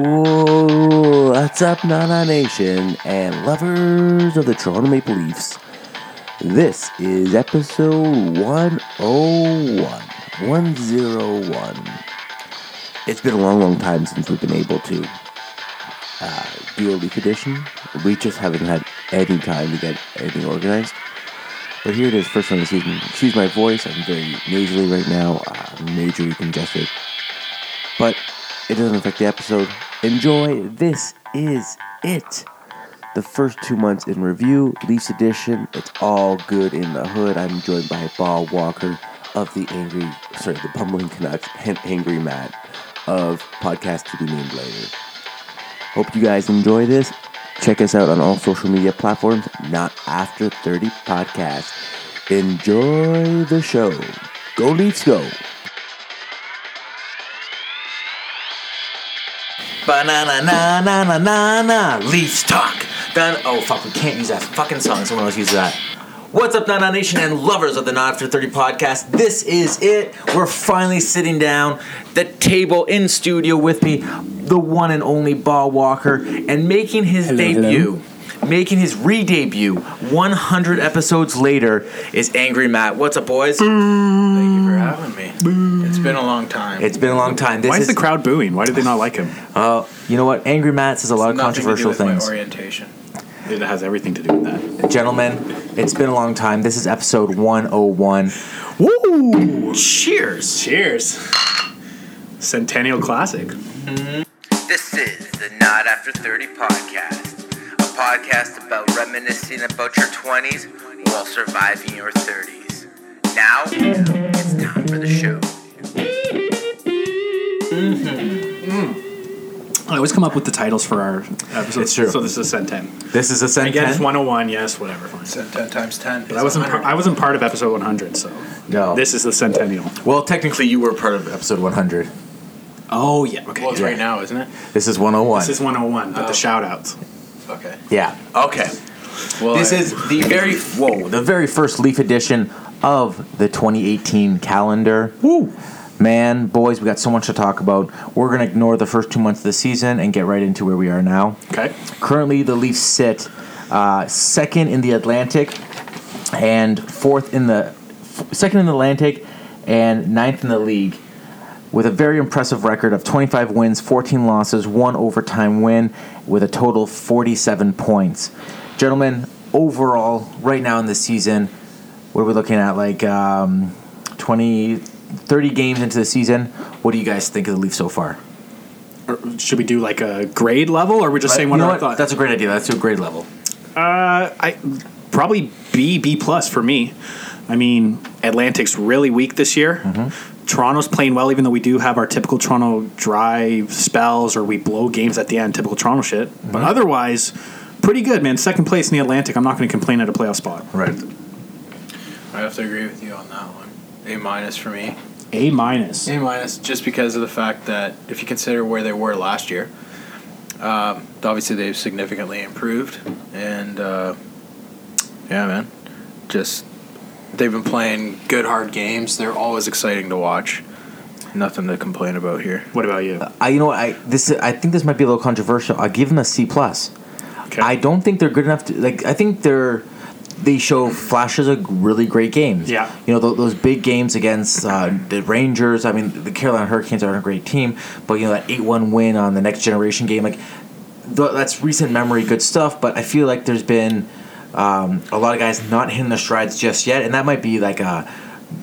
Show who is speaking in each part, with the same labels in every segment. Speaker 1: Whoa, what's up, Nana Nation and lovers of the Toronto Maple Leafs? This is episode 101. 101. It's been a long, long time since we've been able to uh, do a leak edition. We just haven't had any time to get anything organized. But here it is, first one of the season. Excuse my voice, I'm very nasally right now. Uh, I'm majorly congested. But it doesn't affect the episode. Enjoy. This is it. The first two months in review, Leafs edition. It's all good in the hood. I'm joined by Ball Walker of the Angry, sorry, the Bumbling Canucks and Angry Matt of Podcast to Be Named Later. Hope you guys enjoy this. Check us out on all social media platforms, not after 30 podcast. Enjoy the show. Go Leafs go. Banana na na na na na Leafs talk. Done. Oh fuck, we can't use that fucking song. Someone else uses that. What's up, Nana Nation and lovers of the Not After 30 podcast? This is it. We're finally sitting down, the table in studio with me, the one and only Ball Walker, and making his
Speaker 2: Hello, hello.
Speaker 1: debut making his re-debut 100 episodes later is angry matt what's up boys
Speaker 3: Thank you for having me. It's been a long time.
Speaker 1: it's been a long time this
Speaker 2: Mm. Why is
Speaker 1: is
Speaker 2: the crowd booing? Why do they not like him?
Speaker 1: uh, you know what angry matt says a lot of
Speaker 3: Nothing to do
Speaker 1: controversial
Speaker 3: with my
Speaker 1: things
Speaker 3: orientation.
Speaker 2: It has everything to do with that.
Speaker 1: gentlemen it's been a long time this is episode 101
Speaker 2: Woo!
Speaker 3: Cheers.
Speaker 2: Cheers. Centennial classic.
Speaker 4: This is the Not After 30 podcast, a podcast about reminiscing about your 20s while surviving your 30s. Now, it's time for the show.
Speaker 2: I always come up with the titles for our episodes.
Speaker 1: It's true.
Speaker 2: So this is Centen.
Speaker 1: this is a
Speaker 2: Again, it's
Speaker 1: sentence
Speaker 2: 101. Yes, whatever. Fine.
Speaker 3: So 10 times 10.
Speaker 2: But I wasn't. Par- I wasn't part of episode 100. So
Speaker 1: no
Speaker 2: this is the centennial.
Speaker 1: well technically you were part of episode 100
Speaker 2: Oh yeah. Okay.
Speaker 3: Well, it's
Speaker 1: Yeah.
Speaker 3: right Oh. now, isn't it?
Speaker 1: this is 101
Speaker 2: This is 101. But the shout outs.
Speaker 3: Okay.
Speaker 1: yeah
Speaker 3: Okay. Well,
Speaker 1: This
Speaker 3: I-
Speaker 1: is the very whoa, the very first Leaf edition of the 2018 calendar. Woo! Man, boys, we got so much to talk about. We're gonna ignore the first two months of the season and get right into where we are now.
Speaker 2: Okay.
Speaker 1: Currently, the Leafs sit uh, second in the Atlantic and fourth in the f- second in the Atlantic and ninth in the league, with a very impressive record of 25 wins, 14 losses, one overtime win, with a total of 47 points. Gentlemen, overall, right now in the season, what are we looking at? Like um, 20, 30 games into the season. What do you guys think of the Leafs so far?
Speaker 2: Or should we do like a grade level, or we're just saying
Speaker 1: you
Speaker 2: what
Speaker 1: know
Speaker 2: our
Speaker 1: what?
Speaker 2: thoughts?
Speaker 1: That's a great idea. That's a great level.
Speaker 2: Uh, I probably B B plus for me. I mean, Atlantic's really weak this year. Toronto's playing well, even though we do have our typical Toronto dry spells or we blow games at the end, typical Toronto shit. But otherwise, pretty good, man. Second place in the Atlantic. I'm not going to complain at a playoff spot.
Speaker 1: Right.
Speaker 3: I have to agree with you on that one. A minus for me.
Speaker 2: A minus.
Speaker 3: A minus just because of the fact that if you consider where they were last year, um, obviously they've significantly improved, and uh, yeah, man, just they've been playing good hard games. They're always exciting to watch. Nothing to complain about here.
Speaker 2: What about you?
Speaker 1: I, you know, what, I this I think this might be a little controversial. I give them a C plus.
Speaker 2: Okay.
Speaker 1: I don't think they're good enough to like. I think they're they show flashes of really great games.
Speaker 2: Yeah.
Speaker 1: you know th- those big games against uh, the Rangers. I mean, the Carolina Hurricanes aren't a great team, but you know that eight one win on the Next Generation game, like th- that's recent memory, good stuff. But I feel like there's been um, a lot of guys not hitting their strides just yet, and that might be like a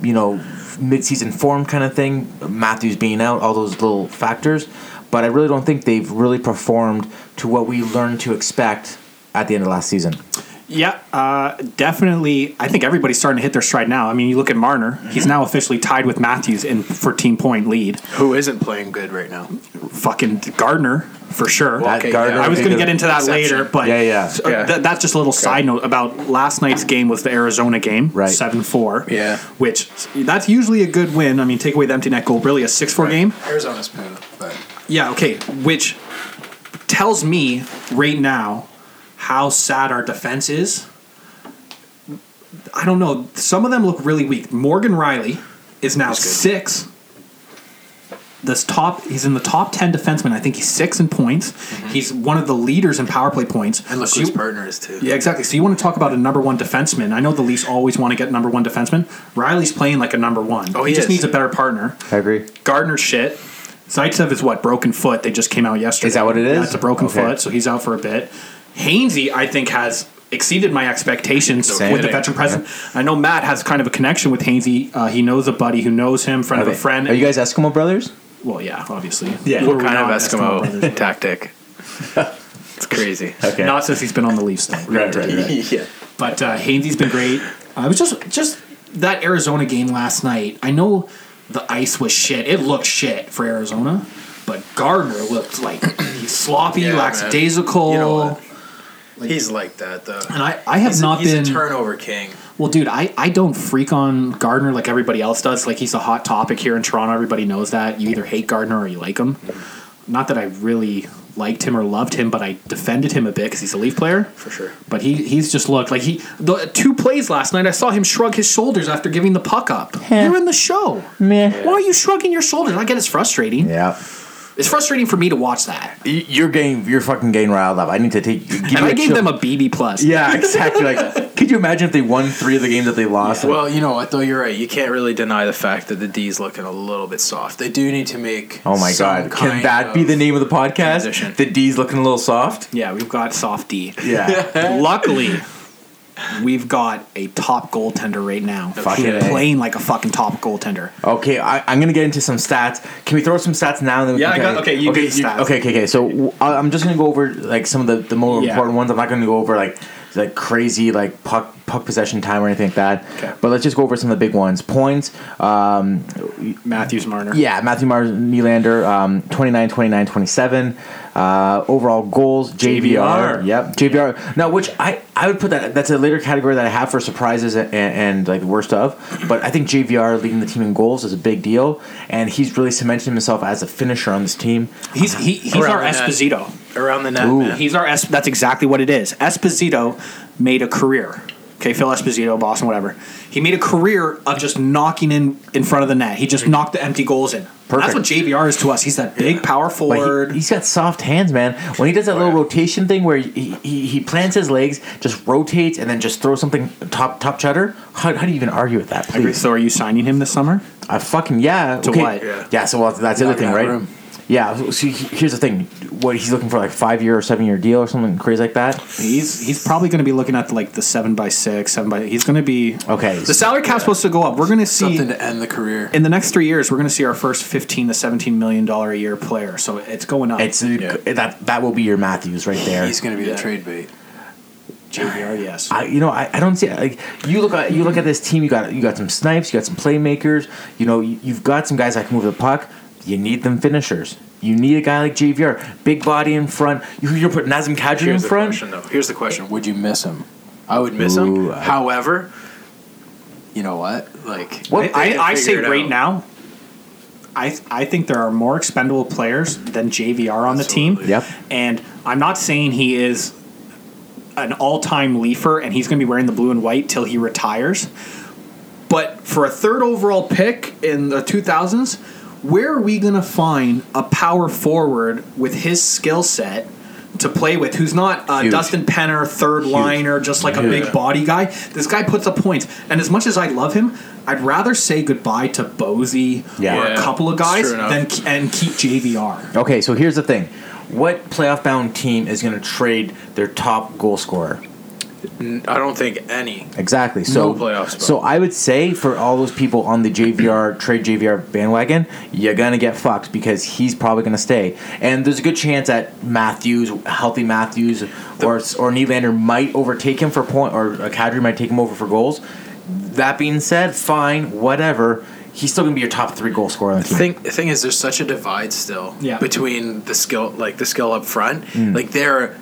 Speaker 1: you know mid-season form kind of thing. Matthews being out, all those little factors. But I really don't think they've really performed to what we learned to expect at the end of last season.
Speaker 2: Yeah, uh, definitely. I think everybody's starting to hit their stride now. I mean, you look at Marner; he's now officially tied with Matthews in 14 point lead.
Speaker 3: Who isn't playing good right now?
Speaker 2: Fucking Gardner for sure.
Speaker 3: Well,
Speaker 1: That
Speaker 3: Okay,
Speaker 1: Gardner-
Speaker 3: yeah.
Speaker 2: I was going to get into that
Speaker 3: Exception.
Speaker 2: later, but
Speaker 1: Yeah, yeah.
Speaker 2: so, uh,
Speaker 3: Yeah.
Speaker 2: th- that's just a little side note about last night's game was the Arizona game,
Speaker 1: Right.
Speaker 2: Seven four,
Speaker 3: Yeah.
Speaker 2: which that's usually a good win. I mean, take away the empty net goal, really a six four game.
Speaker 3: Arizona's poo, but
Speaker 2: Yeah, okay, which tells me right now how sad our defense is. I don't know. Some of them look really weak. Morgan Riley is now
Speaker 3: good.
Speaker 2: six. This top, he's in the top ten defenseman. I think he's six in points. He's one of the leaders in power play points.
Speaker 3: Mm-hmm. And look
Speaker 2: So
Speaker 3: who his
Speaker 2: you-
Speaker 3: partner is too.
Speaker 2: yeah, exactly. So you want to talk about a number one defenseman? I know the Leafs always want to get number one defenseman. Riley's playing like a number one.
Speaker 3: Oh,
Speaker 2: he,
Speaker 3: he
Speaker 2: just
Speaker 3: is.
Speaker 2: needs a better partner.
Speaker 1: I agree.
Speaker 2: Gardner shit. Zaitsev is what broken foot. They just came out yesterday.
Speaker 1: Is that what it
Speaker 2: Yeah,
Speaker 1: is?
Speaker 2: it's a broken
Speaker 1: Okay.
Speaker 2: foot, so he's out for a bit. Hainsey, I think, has exceeded my expectations
Speaker 1: Same.
Speaker 2: with the veteran present. I know Matt has kind of a connection with Hainsey. Uh, he knows a buddy who knows him, friend of a friend.
Speaker 1: Are you guys Eskimo brothers?
Speaker 2: well, yeah, obviously.
Speaker 1: Yeah.
Speaker 2: Were
Speaker 3: What
Speaker 2: we
Speaker 3: kind of
Speaker 2: not brothers?
Speaker 3: Eskimo tactic? It's crazy.
Speaker 1: Okay.
Speaker 2: Not since he's been on the Leafs, though.
Speaker 1: right, right, right.
Speaker 3: yeah.
Speaker 2: But uh, Hainsey's been great. I was just just that Arizona game last night. I know the ice was shit. It looked shit for Arizona, but Gardner looked like he's sloppy,
Speaker 3: Yeah, man.
Speaker 2: lackadaisical.
Speaker 3: You know what? He's like that though.
Speaker 2: and I, I have
Speaker 3: He's,
Speaker 2: not
Speaker 3: a, he's
Speaker 2: been
Speaker 3: a turnover king.
Speaker 2: well, dude. I, I don't freak on Gardner like everybody else does. Like he's a hot topic here in Toronto. Everybody knows that. You either hate Gardner or you like him. Not that I really liked him or loved him, but I defended him a bit because he's a Leaf player.
Speaker 3: For sure.
Speaker 2: But he he's just looked like he the two plays last night. I saw him shrug his shoulders after giving the puck up. You're in the show. Why are you shrugging your shoulders? I get it's frustrating.
Speaker 1: Yeah.
Speaker 2: It's frustrating for me to watch that.
Speaker 1: Y- You're getting, you're fucking getting riled up. I need to take. Give
Speaker 2: And
Speaker 1: me
Speaker 2: I
Speaker 1: a
Speaker 2: gave
Speaker 1: chill.
Speaker 2: them a BB plus.
Speaker 1: Yeah, exactly. Like, could you imagine if they won three of the games that they lost?
Speaker 3: Well, you know what though, you're right. You can't really deny the fact that the D's looking a little bit soft. They do need to make.
Speaker 1: oh my
Speaker 3: some
Speaker 1: god, can
Speaker 3: kind
Speaker 1: that be
Speaker 3: of-
Speaker 1: the name of the podcast?
Speaker 3: transition.
Speaker 1: The D's looking a little soft.
Speaker 2: Yeah, we've got soft D.
Speaker 1: Yeah,
Speaker 2: Luckily, we've got a top goaltender right now.
Speaker 1: Fucking
Speaker 2: Who's
Speaker 1: A.
Speaker 2: playing like a fucking top goaltender.
Speaker 1: Okay, I, I'm gonna get into some stats. Can we throw some stats now? And then we
Speaker 3: Yeah,
Speaker 1: can
Speaker 3: I got-
Speaker 1: kinda-
Speaker 3: okay, you
Speaker 1: okay,
Speaker 3: do the stats.
Speaker 1: okay, okay, okay. So w- I- I'm just gonna go over like some of the, the more
Speaker 2: Yeah.
Speaker 1: important ones. I'm not gonna go over like like crazy like puck puck possession time or anything like that.
Speaker 2: Okay.
Speaker 1: But let's just go over some of the big ones. Points. Um,
Speaker 2: Matthews Marner.
Speaker 1: yeah, Matthew Mars, Nylander, um, 29, 29, 27. Uh, overall goals, JVR.
Speaker 2: JVR.
Speaker 1: Yep, JVR. Now, which I, I would put that, that's a later category that I have for surprises and, and like the worst of. But I think JVR leading the team in goals is a big deal. And he's really cemented himself as a finisher on this team.
Speaker 2: He's he, he's
Speaker 3: Around
Speaker 2: our
Speaker 3: the net.
Speaker 2: Esposito.
Speaker 3: around the net.
Speaker 1: Ooh.
Speaker 3: Man.
Speaker 2: He's our Es- that's exactly what it is. Esposito made a career. Okay, Phil Esposito, Boston, whatever. He made a career of just knocking in in front of the net. He just knocked the empty goals in.
Speaker 1: Perfect.
Speaker 2: That's what JVR is to us. He's that big, power
Speaker 1: But
Speaker 2: forward.
Speaker 1: he, has got soft hands, man. When he does that little rotation thing where he, he, he plants his legs, just rotates, and then just throws something top top cheddar, how, how do you even argue with that, please?
Speaker 2: so, are you signing him this summer?
Speaker 1: I fucking yeah.
Speaker 2: To
Speaker 1: okay.
Speaker 2: what?
Speaker 1: Yeah.
Speaker 3: Yeah.
Speaker 1: So well, that's the other
Speaker 3: Not
Speaker 1: thing,
Speaker 3: gonna
Speaker 1: right?
Speaker 3: have room.
Speaker 1: Yeah. So so he- here's the thing. What he's looking for, like five year or seven year deal or something crazy like that.
Speaker 2: He's he's probably going to be looking at like the seven by six, seven by. He's going to be
Speaker 1: Okay.
Speaker 2: The salary cap's supposed to go up. We're going to see
Speaker 3: Something to end the career.
Speaker 2: in the next three years. We're going to see our first fifteen to seventeen million dollar a year player. So it's going up.
Speaker 1: It's uh, that that will be your Matthews right there.
Speaker 3: He's going to be the trade bait.
Speaker 2: JVR, yes.
Speaker 1: I, you know, I, I don't see like you look at you look at this team. You got you got some snipes. You got some playmakers. You know, you, you've got some guys that can move the puck. You need them finishers. You need a guy like JVR, big body in front. You, you're putting Nazem Kadri in
Speaker 3: Here's the
Speaker 1: front.
Speaker 3: question, though. Here's the question: Would you miss him? I would miss
Speaker 1: Ooh,
Speaker 3: him.
Speaker 1: I-
Speaker 3: However, you know what? Like,
Speaker 1: What-
Speaker 3: they- they
Speaker 2: I,
Speaker 3: can
Speaker 2: I say
Speaker 3: figure it
Speaker 2: right
Speaker 3: out.
Speaker 2: now, I I think there are more expendable players than JVR on the team.
Speaker 3: Absolutely.
Speaker 1: Yep.
Speaker 2: And I'm not saying he is an all-time Leafer and he's going to be wearing the blue and white till he retires. But for a third overall pick in the 2000s, where are we going to find a power forward with his skill set to play with who's not a
Speaker 1: Huge.
Speaker 2: Dustin Penner, third liner, just like a big body guy? This guy puts up points. And as much as I love him, I'd rather say goodbye to Bozy
Speaker 1: Yeah.
Speaker 2: or a
Speaker 3: Yeah,
Speaker 2: couple of
Speaker 3: it's
Speaker 2: guys
Speaker 3: true enough.
Speaker 2: than and keep JVR.
Speaker 1: Okay, so here's the thing. What playoff bound team is going to trade their top goal scorer?
Speaker 3: I don't think any.
Speaker 1: Exactly. So
Speaker 3: No playoff spot.
Speaker 1: So I would say for all those people on the JVR trade JVR bandwagon, you're gonna get fucked because he's probably gonna stay. And there's a good chance that Matthews, healthy Matthews, or or Nylander might overtake him for point, or uh, Kadri might take him over for goals. That being said, fine, whatever. He's still gonna be your top three goal scorer on the team.
Speaker 3: Thing, the thing is, there's such a divide still
Speaker 2: Yeah.
Speaker 3: between the skill, like the skill up front,
Speaker 1: Mm.
Speaker 3: like they're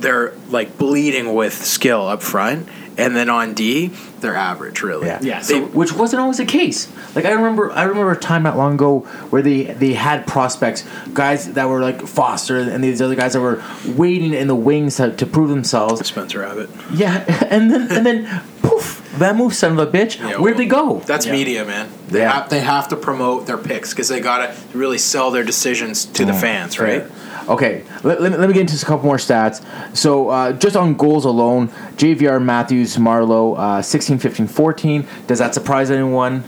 Speaker 3: they're like bleeding with skill up front, and then on D, they're average really.
Speaker 1: Yeah.
Speaker 2: Yeah,
Speaker 3: They-
Speaker 2: so-
Speaker 1: which wasn't always the case. Like I remember, I remember a time not long ago where they they had prospects, guys that were like Foster and these other guys that were waiting in the wings to, to prove themselves.
Speaker 3: Spencer Abbott.
Speaker 1: Yeah, and then and then poof, that move, son of a bitch.
Speaker 3: Yeah,
Speaker 1: Where'd
Speaker 3: well,
Speaker 1: they go?
Speaker 3: That's
Speaker 2: Yeah.
Speaker 3: media, man. They,
Speaker 1: Yeah.
Speaker 3: have, they have to promote their picks because they got to really sell their decisions to
Speaker 1: Mm.
Speaker 3: the fans, right?
Speaker 1: Okay, let, let, me, let me get into a couple more stats. So, uh, just on goals alone, JVR, Matthews, Marlowe, uh, 16, 15, 14. Does that surprise anyone?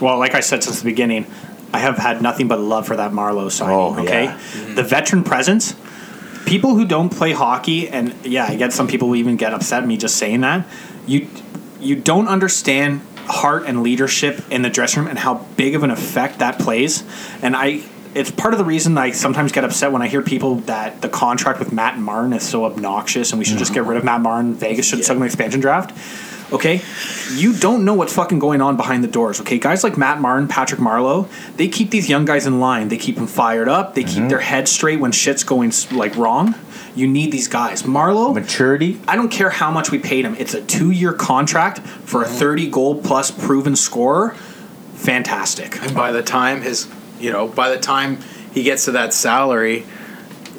Speaker 2: Well, like I said since the beginning, I have had nothing but love for that Marlowe signing.
Speaker 1: Oh, yeah.
Speaker 2: okay, the veteran presence. People who don't play hockey, and yeah, I get some people will even get upset at me just saying that. You you don't understand heart and leadership in the dressing room and how big of an effect that plays. And I, it's part of the reason I sometimes get upset when I hear people that the contract with Matt Martin is so obnoxious and we should just
Speaker 1: Mm-hmm.
Speaker 2: get rid of Matt Martin. Vegas should sell him an expansion draft. Okay, you don't know what's fucking going on behind the doors. Okay, guys like Matt Martin, Patrick Marlowe, they keep these young guys in line. They keep them fired up. They
Speaker 1: Mm-hmm.
Speaker 2: keep their heads straight when shit's going like wrong. You need these guys. Marlowe,
Speaker 1: Maturity?
Speaker 2: I don't care how much we paid him. It's a two-year contract for a thirty-goal plus proven scorer. Fantastic.
Speaker 3: And by the time his, you know, by the time he gets to that salary,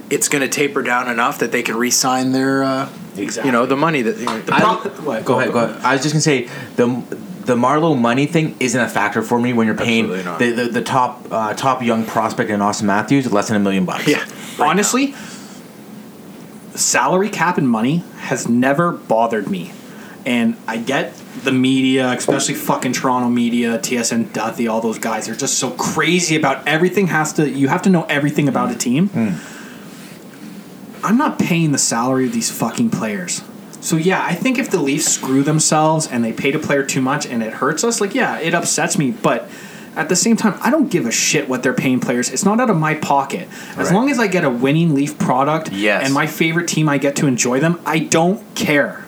Speaker 3: it's going to taper down enough that they can re-sign their, uh,
Speaker 2: Exactly.
Speaker 3: you know, the money that. The
Speaker 1: I-
Speaker 2: what?
Speaker 1: go ahead, go ahead. I was just going to say the the Marlowe money thing isn't a factor for me when you're paying
Speaker 3: Absolutely not.
Speaker 1: the, the, the top uh, top young prospect in Austin Matthews less than a million bucks.
Speaker 3: yeah.
Speaker 2: Honestly, salary cap and money has never bothered me. And I get the media, especially fucking Toronto media, TSN Duthie, all those guys are just so crazy about everything has to you have to know everything about a team.
Speaker 1: Hmm.
Speaker 2: I'm not paying the salary of these fucking players. So yeah, I think if the Leafs screw themselves and they paid a player too much and it hurts us, like yeah, it upsets me, but at the same time, I don't give a shit what they're paying players. It's not out of my pocket. As
Speaker 1: Right.
Speaker 2: long as I get a winning Leaf product
Speaker 1: Yes.
Speaker 2: and my favorite team, I get to enjoy them. I don't care.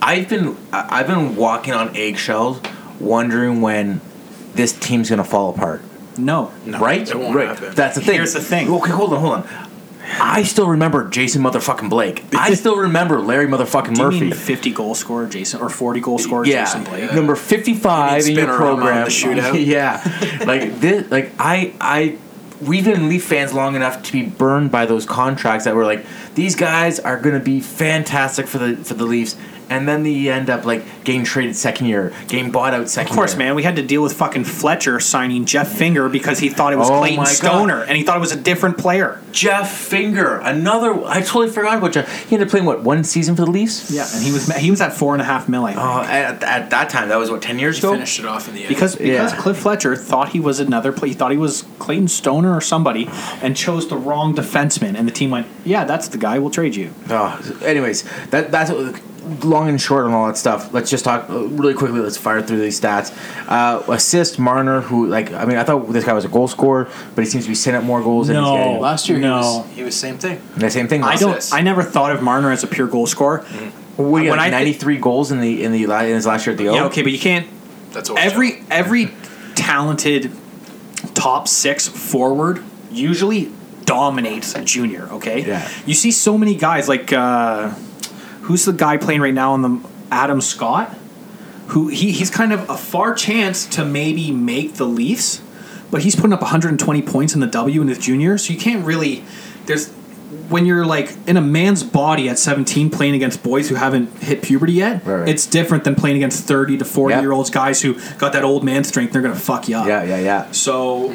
Speaker 1: I've been I- I've been walking on eggshells, wondering when this team's gonna fall apart.
Speaker 2: No.
Speaker 1: right?
Speaker 3: it won't
Speaker 1: right.
Speaker 3: happen.
Speaker 1: That's the thing.
Speaker 2: Here's the thing.
Speaker 1: Okay, hold on, hold on. I still remember Jason motherfucking Blake. I still remember Larry motherfucking
Speaker 2: Do you
Speaker 1: Murphy.
Speaker 2: mean 50 goal scorer Jason or 40 goal scorer
Speaker 1: yeah,
Speaker 2: Jason Blake?
Speaker 1: number fifty-five
Speaker 3: You
Speaker 1: in
Speaker 3: mean
Speaker 1: your
Speaker 3: Spinorama on the
Speaker 1: program.
Speaker 3: shootout?
Speaker 1: yeah, like this. Like I, I, we've been Leaf fans long enough to be burned by those contracts that were like, these guys are going to be fantastic for the for the Leafs, and then they end up like getting traded second year, getting bought out second.
Speaker 2: Of course,
Speaker 1: year.
Speaker 2: man. We had to deal with fucking Fletcher signing Jeff Finger because he thought it was
Speaker 1: Oh my
Speaker 2: Clayton
Speaker 1: God.
Speaker 2: Stoner and he thought it was a different player.
Speaker 1: Jeff Finger, another. I totally forgot about Jeff. He ended up playing what one season for the Leafs.
Speaker 2: Yeah, and he was he was at four and a half million
Speaker 1: Oh, at, at that time, that was what ten years ago.
Speaker 3: Finished it off in the end.
Speaker 2: because because
Speaker 1: Oh, yeah.
Speaker 2: Cliff Fletcher thought he was another play. He thought he was Clayton Stoner or somebody, and chose the wrong defenseman. And the team went, "Yeah, that's the guy. We'll trade you."
Speaker 1: Oh, anyways, that that's long and short on all that stuff. Let's just talk uh, really quickly. Let's fire through these stats. Uh, assist Marner, who like I mean, I thought this guy was a goal scorer, but he seems to be setting up more goals. than he's
Speaker 2: No.
Speaker 1: getting.
Speaker 3: last year
Speaker 2: No.
Speaker 3: he was he was same thing.
Speaker 1: And the same thing.
Speaker 2: I
Speaker 1: last-
Speaker 2: don't.
Speaker 3: this?
Speaker 2: I never thought of Marner as a pure goal scorer.
Speaker 1: What do you have,
Speaker 2: when I thi-
Speaker 1: ninety-three goals in the in the la- in his last year at the O.
Speaker 2: Yeah, okay, but you can't.
Speaker 3: That's what
Speaker 2: Every every talented top six forward usually dominates a junior. Okay,
Speaker 1: Yeah.
Speaker 2: You see so many guys like uh, who's the guy playing right now on the Adam Scott, who he, he's kind of a far chance to maybe make the Leafs, but he's putting up 120 points in the W in his junior, so you can't really there's when you're like in a man's body at 17 playing against boys who haven't hit puberty yet,
Speaker 1: Right, right.
Speaker 2: it's different than playing against 30 to 40
Speaker 1: Yep.
Speaker 2: year olds guys who got that old man strength. They're gonna fuck you up.
Speaker 1: yeah, yeah, yeah.
Speaker 2: So,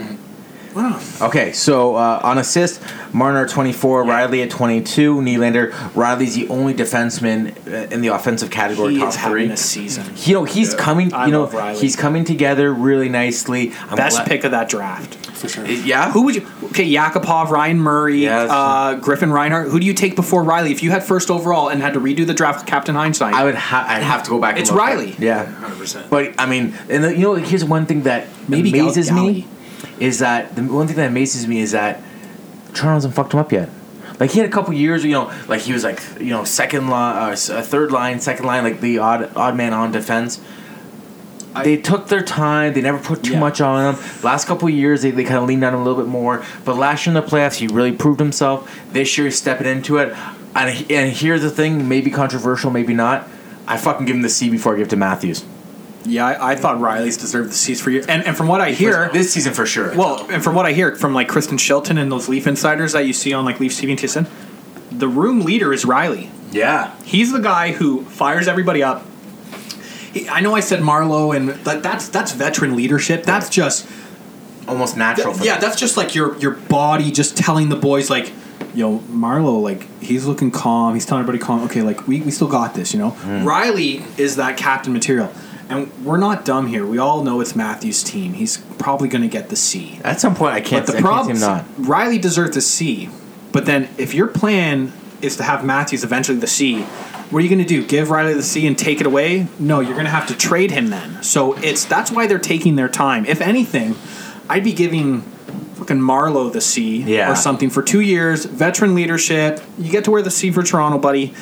Speaker 2: wow.
Speaker 1: Okay, so uh, on assist, Marner at 24, Riley at 22, Nylander. Riley's the only defenseman uh, in the offensive category
Speaker 2: he
Speaker 1: top
Speaker 2: is
Speaker 1: three.
Speaker 2: having a season.
Speaker 1: you know he's coming.
Speaker 2: I
Speaker 1: you know
Speaker 2: love Riley.
Speaker 1: he's coming together really nicely. I'm
Speaker 2: Best
Speaker 1: glad-
Speaker 2: pick of that draft.
Speaker 3: for sure.
Speaker 1: Yeah.
Speaker 2: Who would you? Okay, Yakupov, Ryan Murray,
Speaker 1: Yeah, that's
Speaker 2: uh, Griffin Reinhardt. Who do you take before Riley? If you had first overall and had to redo the draft with Captain Hindsight,
Speaker 1: I would. Ha- I'd have to go back. and
Speaker 2: It's
Speaker 1: look at-
Speaker 2: Riley.
Speaker 1: Yeah.
Speaker 3: 100%.
Speaker 1: But I mean, and the, you know, here's one thing that
Speaker 2: Maybe Gal-
Speaker 1: amazes
Speaker 2: Galley.
Speaker 1: me is that the one thing that amazes me is that Toronto hasn't fucked him up yet. Like he had a couple years, you know, like he was like you know second line, uh, s- uh, third line, second line, like the odd odd man on defense.
Speaker 3: I-
Speaker 1: they took their time. They never put too
Speaker 2: Yeah.
Speaker 1: much on him. Last couple of years, they, they kind of leaned on him a little bit more. But last year in the playoffs, he really proved himself. This year, he's stepping into it. And, he- and here's the thing: maybe controversial, maybe not. I fucking give him the C before I give it to Matthews.
Speaker 2: yeah, I, I thought Riley's deserved the seats for you. And and from what I hear,
Speaker 1: this season for sure.
Speaker 2: well, and from what I hear from like Kristen Shelton and those Leaf insiders that you see on like Leaf TV and TSN, the room leader is Riley.
Speaker 1: yeah,
Speaker 2: He's the guy who fires everybody up. he, I know I said Marlowe, and but that's that's veteran leadership. That's just
Speaker 1: almost natural.
Speaker 2: yeah, that's just like your your body just telling the boys like, yo, Marlo, like he's looking calm. He's telling everybody calm. Okay, like we, we still got this, you know. Riley is that captain material, and we're not dumb here. We all know it's Matthew's team. He's probably going to get the C.
Speaker 1: At some point, I can't.
Speaker 2: But the problem Riley deserves a C. But then if your plan is to have Matthews eventually the C, what are you going to do? Give Riley the C and take it away? No, you're going to have to trade him then. So it's that's why they're taking their time. If anything, I'd be giving fucking Marlowe the C
Speaker 1: Yeah.
Speaker 2: or something for 2 years, veteran leadership. You get to wear the C for Toronto, buddy.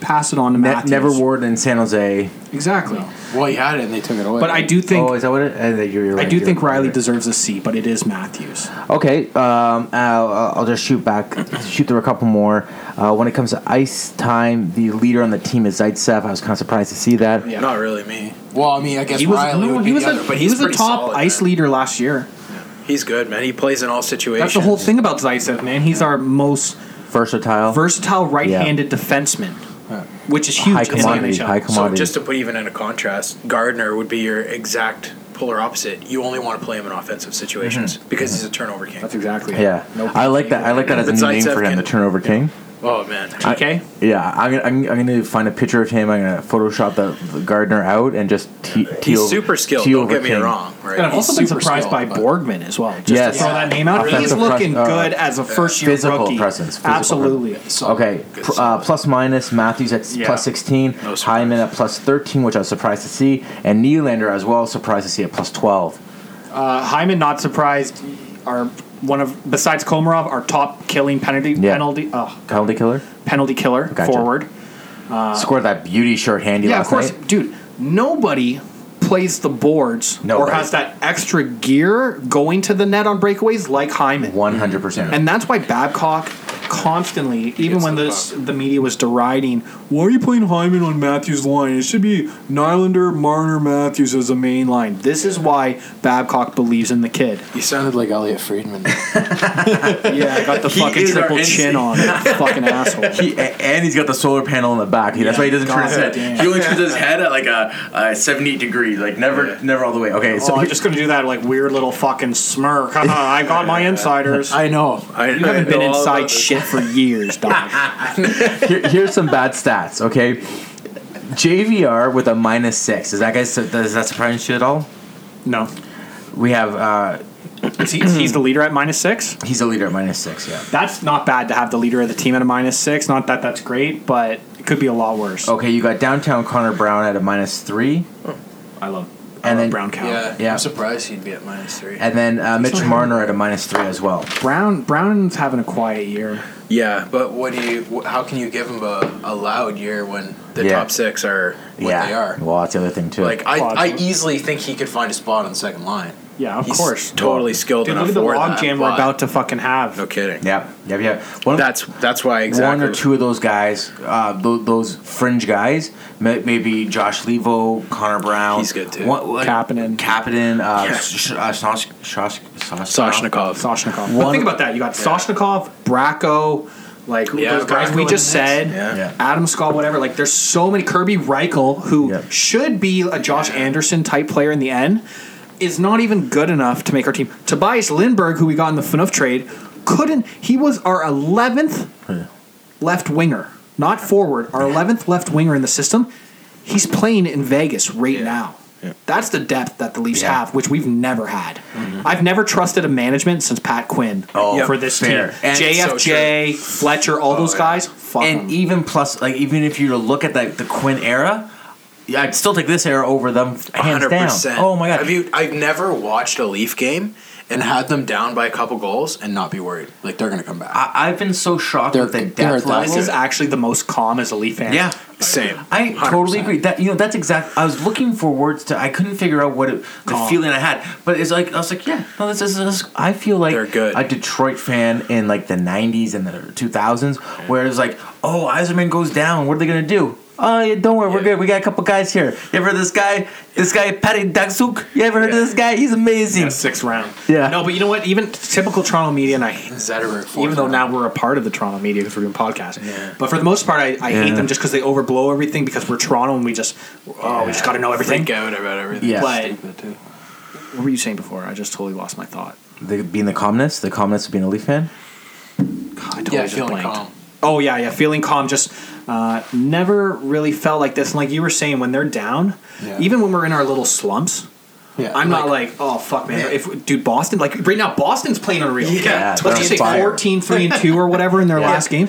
Speaker 2: Pass it on to Matthews.
Speaker 1: never wore it in San Jose.
Speaker 2: Exactly.
Speaker 3: Well, he had it and they took it away.
Speaker 2: But I do think
Speaker 1: oh, is that what? It, uh, you're, you're
Speaker 2: I
Speaker 1: right,
Speaker 2: do
Speaker 1: you're
Speaker 2: think
Speaker 1: right,
Speaker 2: Riley
Speaker 1: you're right.
Speaker 2: deserves a C, but it is Matthews.
Speaker 1: Okay, um, I'll, I'll just shoot back, shoot through a couple more. Uh, when it comes to ice time, the leader on the team is Zaitsev. I was kind of surprised to see that.
Speaker 2: Yeah.
Speaker 3: Not really me. Well, I mean, I guess
Speaker 2: He was,
Speaker 3: Riley
Speaker 2: no,
Speaker 3: would
Speaker 2: he
Speaker 3: be
Speaker 2: was,
Speaker 3: the
Speaker 2: a,
Speaker 3: other, but
Speaker 2: he
Speaker 3: he's
Speaker 2: was a
Speaker 3: pretty
Speaker 2: top
Speaker 3: solid,
Speaker 2: ice
Speaker 3: man.
Speaker 2: leader last year.
Speaker 3: He's good, man. He plays in all situations.
Speaker 2: That's the whole thing about Zaitsev, man. He's our most
Speaker 1: Versatile,
Speaker 2: versatile right-handed defenseman, which is huge
Speaker 1: high
Speaker 2: in
Speaker 1: commodity,
Speaker 2: the NHL.
Speaker 1: high
Speaker 3: So
Speaker 1: commodity.
Speaker 3: just to put even in a contrast, Gardner would be your exact polar opposite. You only want to play him in offensive situations
Speaker 2: Mm-hmm.
Speaker 3: because he's a turnover king.
Speaker 2: That's exactly it.
Speaker 1: yeah,
Speaker 2: Nope.
Speaker 1: I like that. I like that as a
Speaker 3: But
Speaker 1: new name
Speaker 3: Zaitsev
Speaker 1: for him,
Speaker 3: can-
Speaker 1: the turnover king.
Speaker 3: Oh man,
Speaker 2: Okay.
Speaker 1: Yeah, I'm gonna, I'm, I'm gonna find a picture of him. I'm gonna Photoshop the, the Gardner out and just t- t-
Speaker 3: he's super skilled.
Speaker 1: T
Speaker 3: Don't
Speaker 1: over
Speaker 3: get me
Speaker 1: King.
Speaker 3: wrong. Right?
Speaker 2: And I've also
Speaker 3: He's
Speaker 2: been
Speaker 3: super
Speaker 2: surprised by
Speaker 3: skilled, but-
Speaker 2: Borgman as well. Just
Speaker 1: Yes.
Speaker 2: to throw that name out, he's
Speaker 1: Offensive
Speaker 2: looking
Speaker 1: press- uh,
Speaker 2: good as a first-year
Speaker 1: physical
Speaker 2: rookie.
Speaker 1: presence, physical
Speaker 2: Absolutely.
Speaker 3: So,
Speaker 1: Okay,
Speaker 3: good
Speaker 1: pr- uh,
Speaker 3: solid.
Speaker 1: plus minus Matthews at s-
Speaker 2: Yeah.
Speaker 1: plus sixteen,
Speaker 3: No surprise.
Speaker 1: Hyman at plus thirteen, which I was surprised to see, and Nylander as well surprised to see at plus twelve.
Speaker 2: Uh, Hyman not surprised. Our one of besides Komarov, our top killing penalty
Speaker 1: Yeah.
Speaker 2: penalty oh,
Speaker 1: Penalty killer
Speaker 2: penalty killer
Speaker 1: Gotcha.
Speaker 2: forward.
Speaker 1: scored that beauty short handy
Speaker 2: Yeah,
Speaker 1: last
Speaker 2: of course,
Speaker 1: night.
Speaker 2: dude. Nobody plays the boards
Speaker 1: No,
Speaker 2: or
Speaker 1: right.
Speaker 2: has that extra gear going to the net on breakaways like Hyman.
Speaker 1: One hundred percent.
Speaker 2: And that's why Babcock constantly, even
Speaker 3: gets
Speaker 2: when
Speaker 3: the
Speaker 2: this, the media was deriding, why are you playing Hyman on Matthews' line? It should be Nylander, Marner, Matthews as the main line. This is why Babcock believes in the kid.
Speaker 3: He sounded like Elliot Friedman.
Speaker 2: Yeah, I got the
Speaker 1: He
Speaker 2: fucking
Speaker 1: is our
Speaker 2: triple
Speaker 1: NC.
Speaker 2: chin on. fucking asshole.
Speaker 1: He, a- and he's got the solar panel on the back. He- That's why he doesn't turn his
Speaker 2: God
Speaker 1: head.
Speaker 2: damn.
Speaker 1: He only turns his head at like a, a seventy-eight degree, like never, never all the way. Okay, so
Speaker 2: So Oh, I'm just gonna do that like weird little fucking smirk. Haha, I got my insiders.
Speaker 3: I know. I,
Speaker 2: you haven't been inside shit for years, dog.
Speaker 1: Here, here's some bad stats, okay? JVR with a minus six. Is that guy? su- Does that surprise you at all?
Speaker 2: No,
Speaker 1: We have. uh
Speaker 2: Is he- he's the leader at minus six.
Speaker 1: He's a leader at minus six. Yeah.
Speaker 2: That's not bad to have the leader of the team at a minus six. Not that that's great, but it could be a lot worse.
Speaker 1: Okay, you got downtown Connor Brown at a minus three,
Speaker 2: I love I
Speaker 1: And
Speaker 2: love
Speaker 1: then-
Speaker 2: Brown Cow.
Speaker 3: Yeah,
Speaker 1: Yeah.
Speaker 3: I'm surprised he'd be at minus three.
Speaker 1: and then uh, Mitch Marner at a minus three as well.
Speaker 2: Brown Brown's having a quiet year.
Speaker 3: yeah, but what do you? wh- How can you give him a, a loud year when the
Speaker 1: Yeah.
Speaker 3: top six are what
Speaker 1: yeah.
Speaker 3: they are?
Speaker 1: Well, that's the other thing too.
Speaker 3: Like I,
Speaker 2: Well,
Speaker 3: I easily think he could find a spot on the second line.
Speaker 2: Yeah, of
Speaker 3: He's
Speaker 2: course.
Speaker 3: totally skilled
Speaker 2: Dude, look
Speaker 3: enough
Speaker 2: at the
Speaker 3: for
Speaker 2: log
Speaker 3: that,
Speaker 2: jam we're
Speaker 3: but-
Speaker 2: about to fucking have.
Speaker 3: No kidding.
Speaker 1: yep, yep, yep. One of-
Speaker 3: That's that's why exactly.
Speaker 1: one or two of those guys, uh, tho- those fringe guys, may- maybe Josh Levo, Connor Brown.
Speaker 3: He's good, too.
Speaker 1: What, what,
Speaker 2: Kapanen.
Speaker 1: Kapanen, uh,
Speaker 3: Yeah.
Speaker 1: Sh- uh, Sosh, Shosh, Sosh,
Speaker 3: Soshnikov.
Speaker 2: Soshnikov.
Speaker 1: One-
Speaker 2: think about that. You got Soshnikov, Bracco, like who-
Speaker 3: Yeah,
Speaker 2: those guys
Speaker 3: Bracco
Speaker 2: we
Speaker 3: in
Speaker 2: just
Speaker 3: the mix.
Speaker 2: said.
Speaker 3: Yeah.
Speaker 1: Yeah.
Speaker 2: Adam Scott, whatever. Like there's so many Kirby Reichel, who
Speaker 1: Yeah.
Speaker 2: should be a Josh Anderson type player in the end, is not even good enough to make our team. Tobias Lindberg, who we got in the FNUF trade, couldn't. He was our 11th left winger, not forward. Our 11th left winger in the system. He's playing in Vegas right now. That's the depth that the Leafs
Speaker 1: Yeah. Mm-hmm.
Speaker 2: have, which we've never had. I've never trusted a management since Pat Quinn
Speaker 1: Oh,
Speaker 2: for this
Speaker 1: fair.
Speaker 2: team.
Speaker 1: And
Speaker 2: JFJ, Fletcher, all those guys. Fuck
Speaker 1: Oh, and
Speaker 2: 'em.
Speaker 1: even plus, like even if you were to look at like the Quinn era, yeah, I'd still take this era over them hands
Speaker 3: Hundred
Speaker 1: down.
Speaker 3: percent.
Speaker 1: Oh my god!
Speaker 3: Have you? I've never watched a Leaf game and had them down by a couple goals and not be worried. Like they're gonna come back.
Speaker 1: I, I've been so shocked
Speaker 3: They're-
Speaker 1: at the
Speaker 3: they're
Speaker 1: depth
Speaker 3: that
Speaker 1: level.
Speaker 2: this is actually the most calm as a Leaf fan.
Speaker 1: yeah.
Speaker 3: Same.
Speaker 1: I totally agree. That you know, that's exact. I was looking for words to. I couldn't figure out what it, the
Speaker 2: Calm.
Speaker 1: feeling I had, but it's like I was like, yeah, no, this is. This, I feel like
Speaker 3: They're good.
Speaker 1: a Detroit fan in like the '90s and the 2000s, where it's like, oh, Eiserman goes down. What are they gonna do? Oh, yeah, don't worry, we're
Speaker 3: Yeah.
Speaker 1: good. We got a couple guys here. You ever this guy? This guy Patty Datsuk. You ever heard
Speaker 3: Yeah.
Speaker 1: of this guy? He's amazing.
Speaker 2: Yeah, sixth round.
Speaker 1: Yeah.
Speaker 2: No, but you know what? Even typical Toronto media, and I hate
Speaker 3: Zetterberg, fourth
Speaker 2: even though now
Speaker 3: round.
Speaker 2: we're a part of the Toronto media because we're doing podcasts.
Speaker 3: Yeah.
Speaker 2: But for the most part, I, I
Speaker 1: Yeah.
Speaker 2: hate them just because they overblow everything because we're Toronto and we just, oh, we just got to know everything.
Speaker 3: Think out about everything.
Speaker 1: Yeah.
Speaker 3: It's Stupid too.
Speaker 2: What were you saying before? I just totally lost my thought.
Speaker 1: The, being the communist, the communist being a Leaf fan.
Speaker 2: God, I totally
Speaker 3: Yeah,
Speaker 2: just
Speaker 3: feeling
Speaker 2: blanked.
Speaker 3: calm.
Speaker 2: Oh yeah, yeah, feeling calm. Just uh, never really felt like this. And like you were saying, when they're down,
Speaker 3: Yeah.
Speaker 2: even when we're in our little slumps,
Speaker 3: Yeah,
Speaker 2: I'm not like, oh fuck, man. If dude, Boston, like right now, Boston's playing unreal.
Speaker 3: Yeah, Yeah,
Speaker 2: let's just say
Speaker 1: they're on fire.
Speaker 2: 14, 3 and two or whatever in their last game.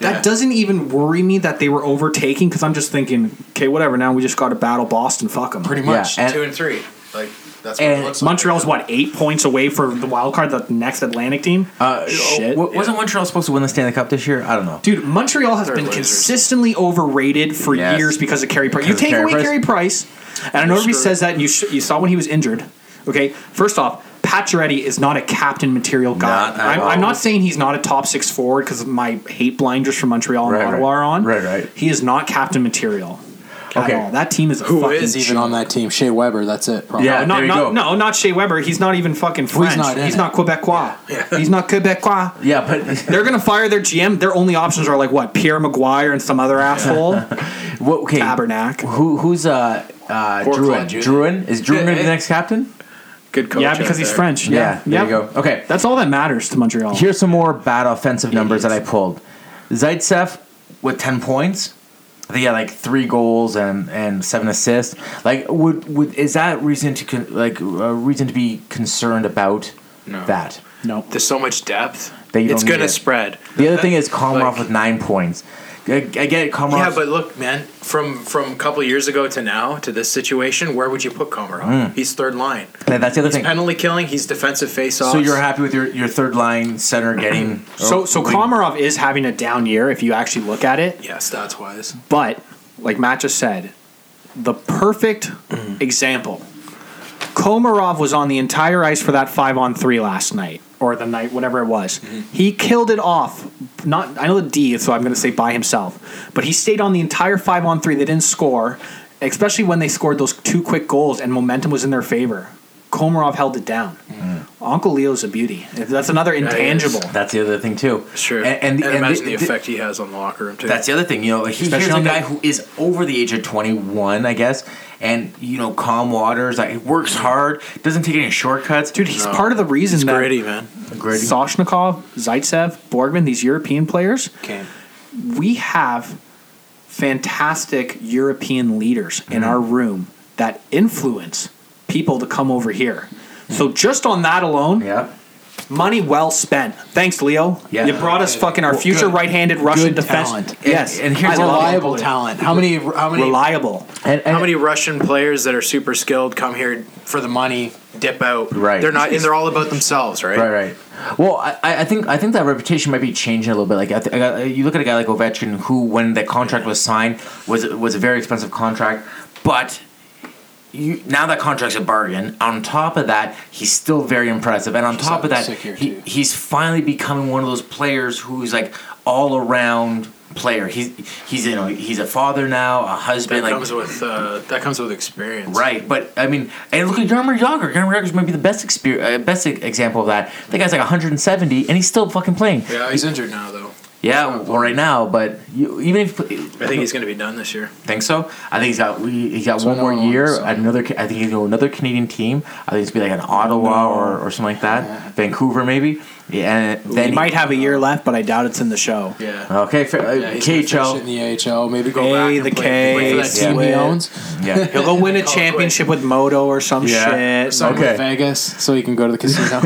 Speaker 2: That
Speaker 3: Yeah.
Speaker 2: doesn't even worry me that they were overtaking because I'm just thinking, okay, whatever. Now we just got to battle Boston. Fuck them.
Speaker 3: pretty
Speaker 1: Yeah,
Speaker 3: much
Speaker 1: and-
Speaker 3: two and three. Like that's what
Speaker 1: and
Speaker 3: it looks like.
Speaker 2: Montreal's what eight points away for the wild card, the next Atlantic team.
Speaker 1: Uh,
Speaker 2: Shit.
Speaker 1: wa- wasn't Montreal supposed to win the Stanley Cup this year? I don't know.
Speaker 2: Dude, Montreal has
Speaker 3: They're
Speaker 2: been
Speaker 3: losers.
Speaker 2: consistently overrated for
Speaker 1: Yes.
Speaker 2: years because of Carey Price. You
Speaker 1: Because of
Speaker 2: take
Speaker 1: Carey
Speaker 2: away
Speaker 1: Price.
Speaker 2: Carey Price, and I know everybody
Speaker 3: screwed.
Speaker 2: says that, and you, sh- you saw when he was injured. Okay, first off, Pacioretty is not a captain material guy.
Speaker 1: Not at
Speaker 2: I'm,
Speaker 1: all.
Speaker 2: I'm not saying he's not a top six forward because my hate blinders from Montreal and
Speaker 1: Right,
Speaker 2: Ottawa
Speaker 1: right.
Speaker 2: are on.
Speaker 1: Right, right.
Speaker 2: He is not captain material. at
Speaker 1: Okay.
Speaker 2: all. that team is a
Speaker 3: Who
Speaker 2: fucking
Speaker 3: is even
Speaker 2: joke.
Speaker 3: on that team? Shea Weber. That's it. Probably.
Speaker 1: Yeah.
Speaker 2: No, not,
Speaker 1: there you
Speaker 2: not-
Speaker 1: go.
Speaker 2: no, not Shea Weber. He's not even fucking French. He's not,
Speaker 3: not in it.
Speaker 2: Quebecois. He's not Quebecois.
Speaker 1: Yeah, but
Speaker 2: They're gonna fire their GM. Their only options are like what Pierre Maguire and some other asshole
Speaker 1: what, okay.
Speaker 2: Tabernack.
Speaker 1: Who who's uh uh
Speaker 3: Poor
Speaker 1: Druin?
Speaker 3: Claude Julien.
Speaker 1: Druin is Druin gonna be the next captain?
Speaker 3: Good coach.
Speaker 2: yeah,
Speaker 3: out
Speaker 2: because he's
Speaker 3: there.
Speaker 2: French. Yeah,
Speaker 1: there you go. Okay,
Speaker 2: That's all that matters to Montreal.
Speaker 1: here's some more bad offensive numbers that I pulled. Zaitsev with ten points. I think he had like three goals and, and seven assists. Like, would would is that reason to con- like a reason to be concerned about
Speaker 3: No.
Speaker 1: that?
Speaker 2: no,
Speaker 3: There's so much depth.
Speaker 1: That you
Speaker 3: it's
Speaker 1: don't need
Speaker 3: going to
Speaker 1: it.
Speaker 3: spread.
Speaker 1: The other thing is Komarov
Speaker 3: like-
Speaker 1: with nine points. I, I get it, Komarov.
Speaker 3: Yeah, but look, man, from from a couple of years ago to now to this situation, where would you put Komarov? He's third line.
Speaker 1: That- that's the other
Speaker 3: He's
Speaker 1: thing.
Speaker 3: penalty killing. He's defensive face off.
Speaker 1: So you're happy with your, your third line center getting
Speaker 2: So so Komarov is having a down year if you actually look at it.
Speaker 3: Yeah, stats wise.
Speaker 2: But like Matt just said, the perfect example. Komarov was on the entire ice for that five on three last night, or the night, whatever it was. He killed it off. Not I know the D, so I'm going to say by himself. But he stayed on the entire five on three. They didn't score, especially when they scored those two quick goals and momentum was in their favor. Komarov held it down. Uncle Leo's a beauty. That's another
Speaker 3: is.
Speaker 2: intangible.
Speaker 1: That's the other thing too.
Speaker 3: Sure.
Speaker 1: And, and, and
Speaker 3: imagine the,
Speaker 1: the-
Speaker 3: effect he has on the locker room too.
Speaker 1: That's the other thing, you know. Like he, here's
Speaker 2: Especially
Speaker 1: a
Speaker 2: on the-
Speaker 1: guy who is over the age of 21, I guess, and you know, calm waters. Like works hard, doesn't take any shortcuts.
Speaker 2: Dude, he's part of the reason
Speaker 3: it's
Speaker 2: that
Speaker 3: gritty, man.
Speaker 1: Gritty.
Speaker 2: Soshnikov, Zaitsev, Borgman, these European players,
Speaker 3: Came.
Speaker 2: we have fantastic European leaders in
Speaker 1: Mm-hmm.
Speaker 2: our room that influence people to come over here. So just on that alone,
Speaker 1: yeah.
Speaker 2: money well spent. Thanks, Leo.
Speaker 1: Yeah.
Speaker 2: You brought us fucking our
Speaker 3: Well,
Speaker 2: future
Speaker 3: good-
Speaker 2: right-handed Russian
Speaker 3: good
Speaker 2: defense.
Speaker 3: talent.
Speaker 2: Yes,
Speaker 1: And- and here's
Speaker 2: I love
Speaker 1: reliable
Speaker 2: it.
Speaker 3: How many? How
Speaker 2: Reliable.
Speaker 1: And, and
Speaker 3: How many Russian players that are super skilled come here for the money, dip out?
Speaker 1: Right.
Speaker 3: They're not, and they're all about themselves, right?
Speaker 1: Right, right. Well, I, I I think I think that reputation might be changing a little bit. Like I th- I got, you look at a guy like Ovechkin, who when the contract was signed was was a very expensive contract, but you now that contract's a bargain. On top of that, he's still very impressive, and on top of that,
Speaker 3: sick here,
Speaker 1: he,
Speaker 3: too.
Speaker 1: he's finally becoming one of those players who's like all around player. He's he's you know he's a father now, a
Speaker 3: That
Speaker 1: husband. like
Speaker 3: comes with uh, that comes with experience,
Speaker 1: Right, but I mean, and look at Yarmir Yager. Yarmir Yager's maybe the best exper- uh, best e- example of that. The guy's like 170, and he's still fucking playing.
Speaker 3: Yeah, he's injured now though.
Speaker 1: Yeah, well, right now, but you, even if
Speaker 3: I think he's going to be done this year.
Speaker 1: think so, I think he's got we- he's got
Speaker 3: So
Speaker 1: one more
Speaker 3: no,
Speaker 1: year.
Speaker 3: so-
Speaker 1: Another, Ca- I think he's going to another Canadian team. I think it's be like an Ottawa or, or something like that, Vancouver maybe. Yeah, and then
Speaker 2: He might have a year left, but I doubt it's in the show.
Speaker 3: Yeah.
Speaker 1: Okay, fair, uh, KHL.
Speaker 3: in the AHL. Maybe go
Speaker 2: Hey,
Speaker 3: back and
Speaker 2: the
Speaker 3: play, play for that
Speaker 2: K's,
Speaker 3: team
Speaker 2: yeah.
Speaker 3: he owns.
Speaker 1: Yeah.
Speaker 2: He'll go win a
Speaker 3: Call it
Speaker 2: championship with Moto or some
Speaker 1: Yeah.
Speaker 2: Oh, shit.
Speaker 3: Sign
Speaker 1: Okay.
Speaker 3: with Vegas so he can go to the casino.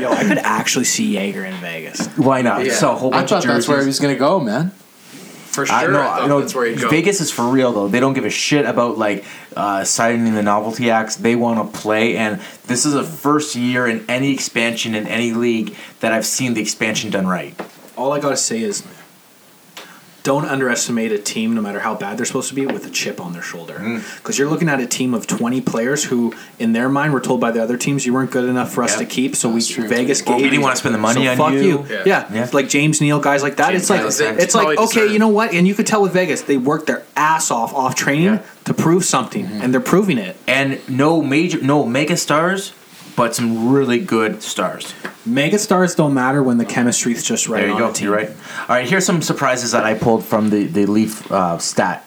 Speaker 2: Yo, I could actually see Jaeger in Vegas.
Speaker 1: Why not?
Speaker 3: Yeah.
Speaker 1: So a whole
Speaker 5: I
Speaker 1: bunch
Speaker 5: thought
Speaker 1: of jerseys.
Speaker 5: that's where he was going to go, man.
Speaker 3: for sure,
Speaker 1: I
Speaker 3: I,
Speaker 1: know,
Speaker 3: thought
Speaker 1: I know.
Speaker 3: that's where he'd go.
Speaker 1: Vegas is for real though. They don't give a shit about like uh, signing the novelty acts. They want to play, and this is the first year in any expansion in any league that I've seen the expansion done right.
Speaker 2: All I gotta say is, don't underestimate a team, no matter how bad they're supposed to be, with a chip on their shoulder.
Speaker 1: Mm.
Speaker 2: Because you're looking at a team of 20 players who, in their mind, were told by the other teams, you weren't good enough for us
Speaker 1: Yep.
Speaker 2: to keep. So we
Speaker 3: true,
Speaker 2: Vegas
Speaker 3: too.
Speaker 2: gave.
Speaker 3: Or we
Speaker 2: you-
Speaker 1: didn't wanna spend the money
Speaker 2: so
Speaker 1: on
Speaker 2: fuck
Speaker 1: you.
Speaker 2: you.
Speaker 3: Yeah.
Speaker 2: Yeah.
Speaker 1: Yeah.
Speaker 2: like James Neal, guys like that.
Speaker 3: James
Speaker 2: it's like
Speaker 3: Neal, they
Speaker 2: it's like
Speaker 3: probably
Speaker 2: okay,
Speaker 3: deserve
Speaker 2: you know what? And you could tell with Vegas, they worked their ass off off training
Speaker 1: Yeah. Mm-hmm.
Speaker 2: to prove something, and they're proving it.
Speaker 1: and no major, no mega stars, but some really good stars.
Speaker 2: Mega stars don't matter when the chemistry's just right.
Speaker 1: There you
Speaker 2: on
Speaker 1: go.
Speaker 2: a team.
Speaker 1: You're right. All right. Here's some surprises that I pulled from the the Leaf uh, stat.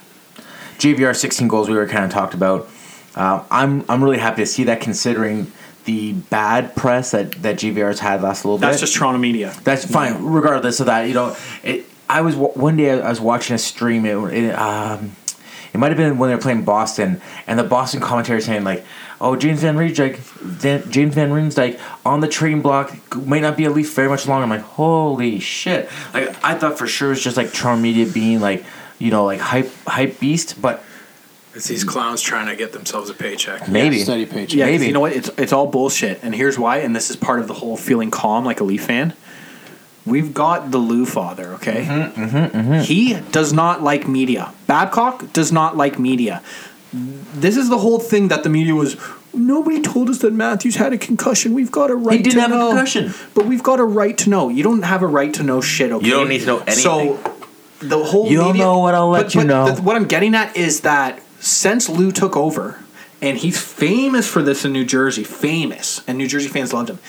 Speaker 1: JVR 16 goals. We were kind of talked about. Uh, I'm I'm really happy to see that considering the bad press that that JVR's had last little bit.
Speaker 2: That's just Toronto media.
Speaker 1: That's fine, regardless of that. You know, it, I was wa- one day I was watching a stream. It, it, um, it might have been when they were playing Boston, and the Boston commentary saying like, "Oh, James Van Riemsdyk, Dan, James Van Riemsdyk on the train block may not be a Leaf very much longer." I'm like, "Holy shit!" Like I thought for sure it was just like Toronto media being like, you know, like hype hype beast, but
Speaker 3: It's these clowns trying to get themselves a paycheck.
Speaker 1: maybe
Speaker 3: Steady paycheck.
Speaker 2: Yeah, 'cause
Speaker 1: Maybe.
Speaker 2: you know what? It's it's all bullshit, and here's why. And this is part of the whole feeling calm like a Leaf fan. We've got the Lou father, okay?
Speaker 6: Mm-hmm,
Speaker 2: He does not like media. Babcock does not like media. This is the whole thing that the media was. Nobody told us that Matthews had a concussion. We've got a right.
Speaker 1: didn't
Speaker 2: to
Speaker 1: have a
Speaker 2: know."
Speaker 1: concussion.
Speaker 2: but we've got a right to know. You don't have a right to know shit. Okay,
Speaker 6: You don't need to know anything.
Speaker 2: So the whole
Speaker 1: You don't
Speaker 2: media-
Speaker 1: know what I'll let
Speaker 2: but-
Speaker 1: you
Speaker 2: but
Speaker 1: know.
Speaker 2: the- what I'm getting at is that since Lou took over, and he's famous for this in New Jersey, famous, and New Jersey fans loved him.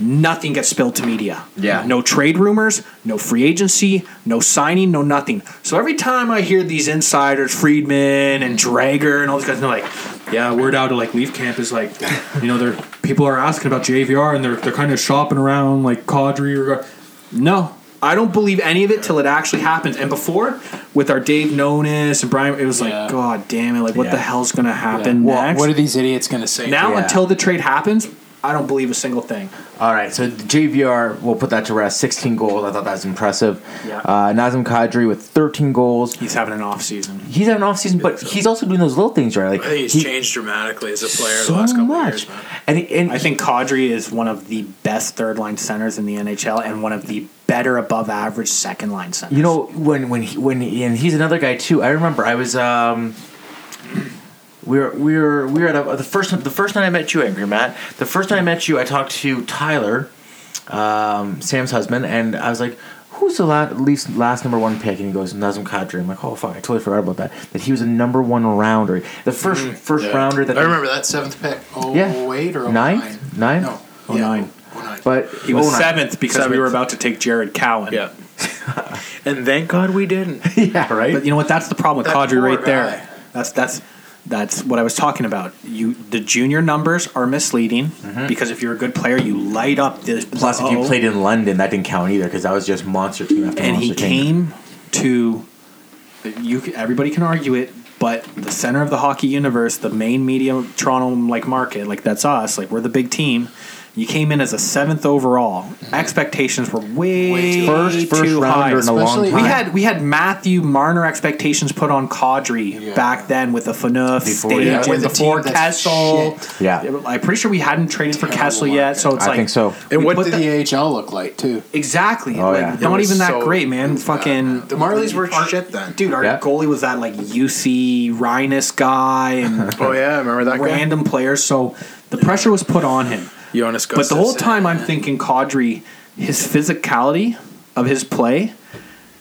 Speaker 2: Nothing gets spilled to media.
Speaker 1: Yeah.
Speaker 2: No trade rumors, no free agency, no signing, no nothing. So every time I hear these insiders, Friedman and Drager and all these guys, and they're like, yeah, word out of like Leaf Camp is like, you know, they're people are asking about JVR and they're they're kind of shopping around like Cadre or no, I don't believe any of it till it actually happens. And before, with our Dave Nonis and Brian, it was
Speaker 3: Yeah.
Speaker 2: like, God damn it! Like, what
Speaker 1: Yeah.
Speaker 2: the hell's gonna happen
Speaker 3: Well,
Speaker 2: next?
Speaker 3: What are these idiots going to say?
Speaker 2: now,
Speaker 1: Yeah.
Speaker 2: until the trade happens, I don't believe a single thing.
Speaker 1: All right, so the JVR, we'll put that to rest. 16 goals. I thought that was impressive.
Speaker 2: Yeah.
Speaker 1: Uh, Nazem Kadri with 13 goals.
Speaker 2: He's having an off season.
Speaker 1: He's having an off season, but he's also doing those little things right. Like
Speaker 3: I think he's
Speaker 1: he-
Speaker 3: changed dramatically as a player
Speaker 1: so
Speaker 3: the last couple
Speaker 1: much.
Speaker 3: of years, man.
Speaker 1: And, he- and
Speaker 2: I think Kadri is one of the best third line centers in the NHL and one of the better above average second line centers.
Speaker 1: you know when when he, when he, and he's another guy too. I remember I was um, we were we were we were at a, the first the first night I met you, Angry Matt. The first time I met you, I talked to Tyler, um, Sam's husband, and I was like. Who's the last, least last number one pick? And he goes Nazem Kadri. I'm like, oh fuck, I totally forgot about that. That he was a number one rounder, the 1st first
Speaker 3: Yeah.
Speaker 1: rounder. That
Speaker 5: Mm-hmm. I remember that seventh pick. Oh
Speaker 1: Yeah.
Speaker 5: eight or oh
Speaker 1: Ninth?
Speaker 5: nine?
Speaker 1: Ninth?
Speaker 5: No.
Speaker 2: Oh, nine.
Speaker 5: Oh, oh, nine.
Speaker 1: But
Speaker 2: he was
Speaker 1: oh, no.
Speaker 2: seventh because we were about to take Jared Cowan.
Speaker 3: Yeah. and thank God we didn't.
Speaker 1: yeah, right.
Speaker 2: But you know what? That's the problem with
Speaker 5: That
Speaker 2: Kadri
Speaker 5: poor
Speaker 2: right
Speaker 5: guy.
Speaker 2: there. That's that's that's what I was talking about. You the junior numbers are misleading
Speaker 1: Mm-hmm.
Speaker 2: because if you're a good player, you light up this.
Speaker 1: Plus, if you
Speaker 2: Uh-oh.
Speaker 1: played in London, that didn't count either because that was just monster team after
Speaker 2: and
Speaker 1: monster
Speaker 2: he
Speaker 1: team.
Speaker 2: came to you. c- Everybody can argue it, but the center of the hockey universe, the main media Toronto like market, like that's us. Like we're the big team. You came in as a seventh overall. Expectations were way,
Speaker 5: Way
Speaker 2: too,
Speaker 5: too
Speaker 1: Mm-hmm. First first
Speaker 2: high.
Speaker 1: rounder in a long
Speaker 5: Especially-
Speaker 1: time.
Speaker 2: We had we had Matthew Marner expectations put on Kadri
Speaker 5: Yeah.
Speaker 2: back then with the FNUF
Speaker 1: Before-
Speaker 2: stage
Speaker 1: yeah.
Speaker 2: and
Speaker 5: With a
Speaker 2: before
Speaker 5: team that's
Speaker 2: Kessel.
Speaker 5: shit.
Speaker 1: Yeah.
Speaker 2: I'm pretty sure we hadn't traded for
Speaker 5: Terrible
Speaker 2: Kessel yet, so it's
Speaker 1: I
Speaker 2: like
Speaker 1: think so.
Speaker 2: we
Speaker 5: and what
Speaker 2: put
Speaker 5: did
Speaker 2: that-
Speaker 5: the AHL look like too?
Speaker 2: exactly?
Speaker 1: Oh,
Speaker 2: like,
Speaker 1: yeah.
Speaker 2: not
Speaker 3: was
Speaker 2: even that
Speaker 3: so-
Speaker 2: great, man. Fucking
Speaker 5: uh, The Marlies were
Speaker 2: our-
Speaker 5: shit then.
Speaker 2: Dude, our
Speaker 1: Yeah.
Speaker 2: goalie was that like UC Rhinus guy and
Speaker 3: Oh yeah, I remember that guy.
Speaker 2: random players, so the pressure was put on him.
Speaker 3: Jonas
Speaker 2: But the whole
Speaker 3: Gustafsson.
Speaker 2: time I'm thinking Kadri, his physicality of his play,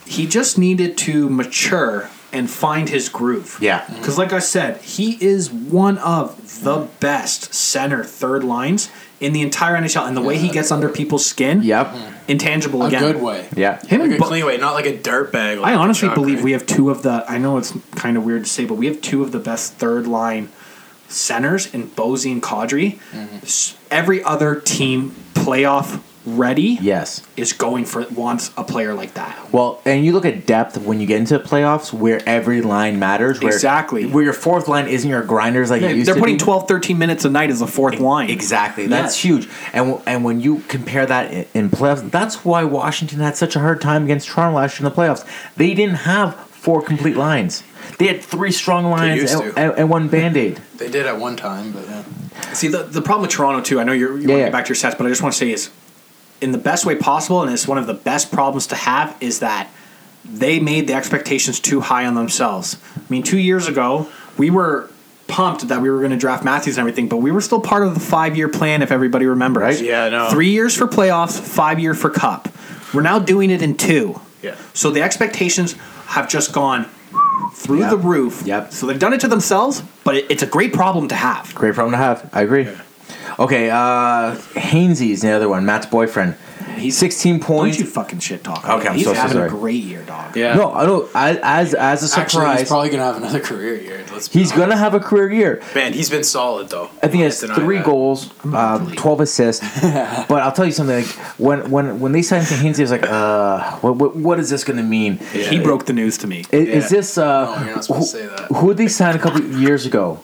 Speaker 2: he just needed to mature and find his groove.
Speaker 1: Yeah.
Speaker 2: Because, like I said, he is one of the best center third lines in the entire NHL. And the way he gets under people's skin,
Speaker 1: Yep.
Speaker 2: intangible
Speaker 5: A
Speaker 2: again.
Speaker 5: good way.
Speaker 1: Yeah.
Speaker 2: Him
Speaker 3: Like
Speaker 2: and
Speaker 3: a
Speaker 2: Bu-
Speaker 3: clean way, not like a dirt bag.
Speaker 2: I
Speaker 3: like
Speaker 2: honestly
Speaker 3: Chuck,
Speaker 2: believe
Speaker 3: right?
Speaker 2: we have two of the. I know it's kind of weird to say, but we have two of the best third line centers in Bozy and Kadri. S Every other team playoff ready
Speaker 1: Yes.
Speaker 2: is going for wants a player like that.
Speaker 1: Well, and you look at depth when you get into the playoffs, where every line matters. Where,
Speaker 2: Exactly.
Speaker 1: Where your fourth line isn't your grinders like it used
Speaker 2: They're
Speaker 1: to
Speaker 2: putting
Speaker 1: be.
Speaker 2: 12, 13 minutes a night as a fourth line.
Speaker 1: Exactly. That's
Speaker 2: Yeah.
Speaker 1: huge. And w- and when you compare that i- in playoffs, that's why Washington had such a hard time against Toronto last year in the playoffs. They didn't have four complete lines. They had three strong lines
Speaker 3: used
Speaker 1: and,
Speaker 3: to.
Speaker 1: and, and one band aid.
Speaker 5: They did at one time, but yeah.
Speaker 2: See, the, the problem with Toronto, too, I know you're,
Speaker 1: Yeah,
Speaker 2: you want to
Speaker 1: yeah.
Speaker 2: get back to your stats, but I just want to say is in the best way possible, and it's one of the best problems to have, is that they made the expectations too high on themselves. I mean, two years ago, we were pumped that we were going to draft Matthews and everything, but we were still part of the five year plan, if everybody remembers.
Speaker 1: Right.
Speaker 3: Yeah, I know.
Speaker 2: Three years for playoffs, five year for cup. We're now doing it in two.
Speaker 3: Yeah.
Speaker 2: So the expectations have just gone through
Speaker 1: Yep.
Speaker 2: the roof.
Speaker 1: Yep.
Speaker 2: So they've done it to themselves, but it, it's a great problem to have.
Speaker 1: Great problem to have. I agree. Okay, uh Hainsey is the other one. Matt's boyfriend. He's 16
Speaker 2: Don't
Speaker 1: points.
Speaker 2: you fucking shit talk.
Speaker 1: Okay, I'm
Speaker 2: He's
Speaker 1: so- so
Speaker 2: having
Speaker 1: sorry.
Speaker 2: a great year, dog.
Speaker 3: Yeah.
Speaker 1: No, I don't. I, as as a
Speaker 5: Actually,
Speaker 1: surprise,
Speaker 5: he's probably gonna have another career year. Let's be
Speaker 1: he's
Speaker 5: honest.
Speaker 1: gonna have a career year.
Speaker 3: Man, he's been solid though.
Speaker 1: I think he has
Speaker 3: Deny
Speaker 1: three
Speaker 3: that.
Speaker 1: goals, uh, twelve assists. but I'll tell you something. Like when when when they signed Hainsey, I was like, uh, what what, what is this gonna mean?
Speaker 3: Yeah.
Speaker 2: He broke the news to me.
Speaker 1: I- Is,
Speaker 3: Yeah.
Speaker 1: this uh,
Speaker 5: No, you're not supposed to say that.
Speaker 1: who did they sign a couple years ago?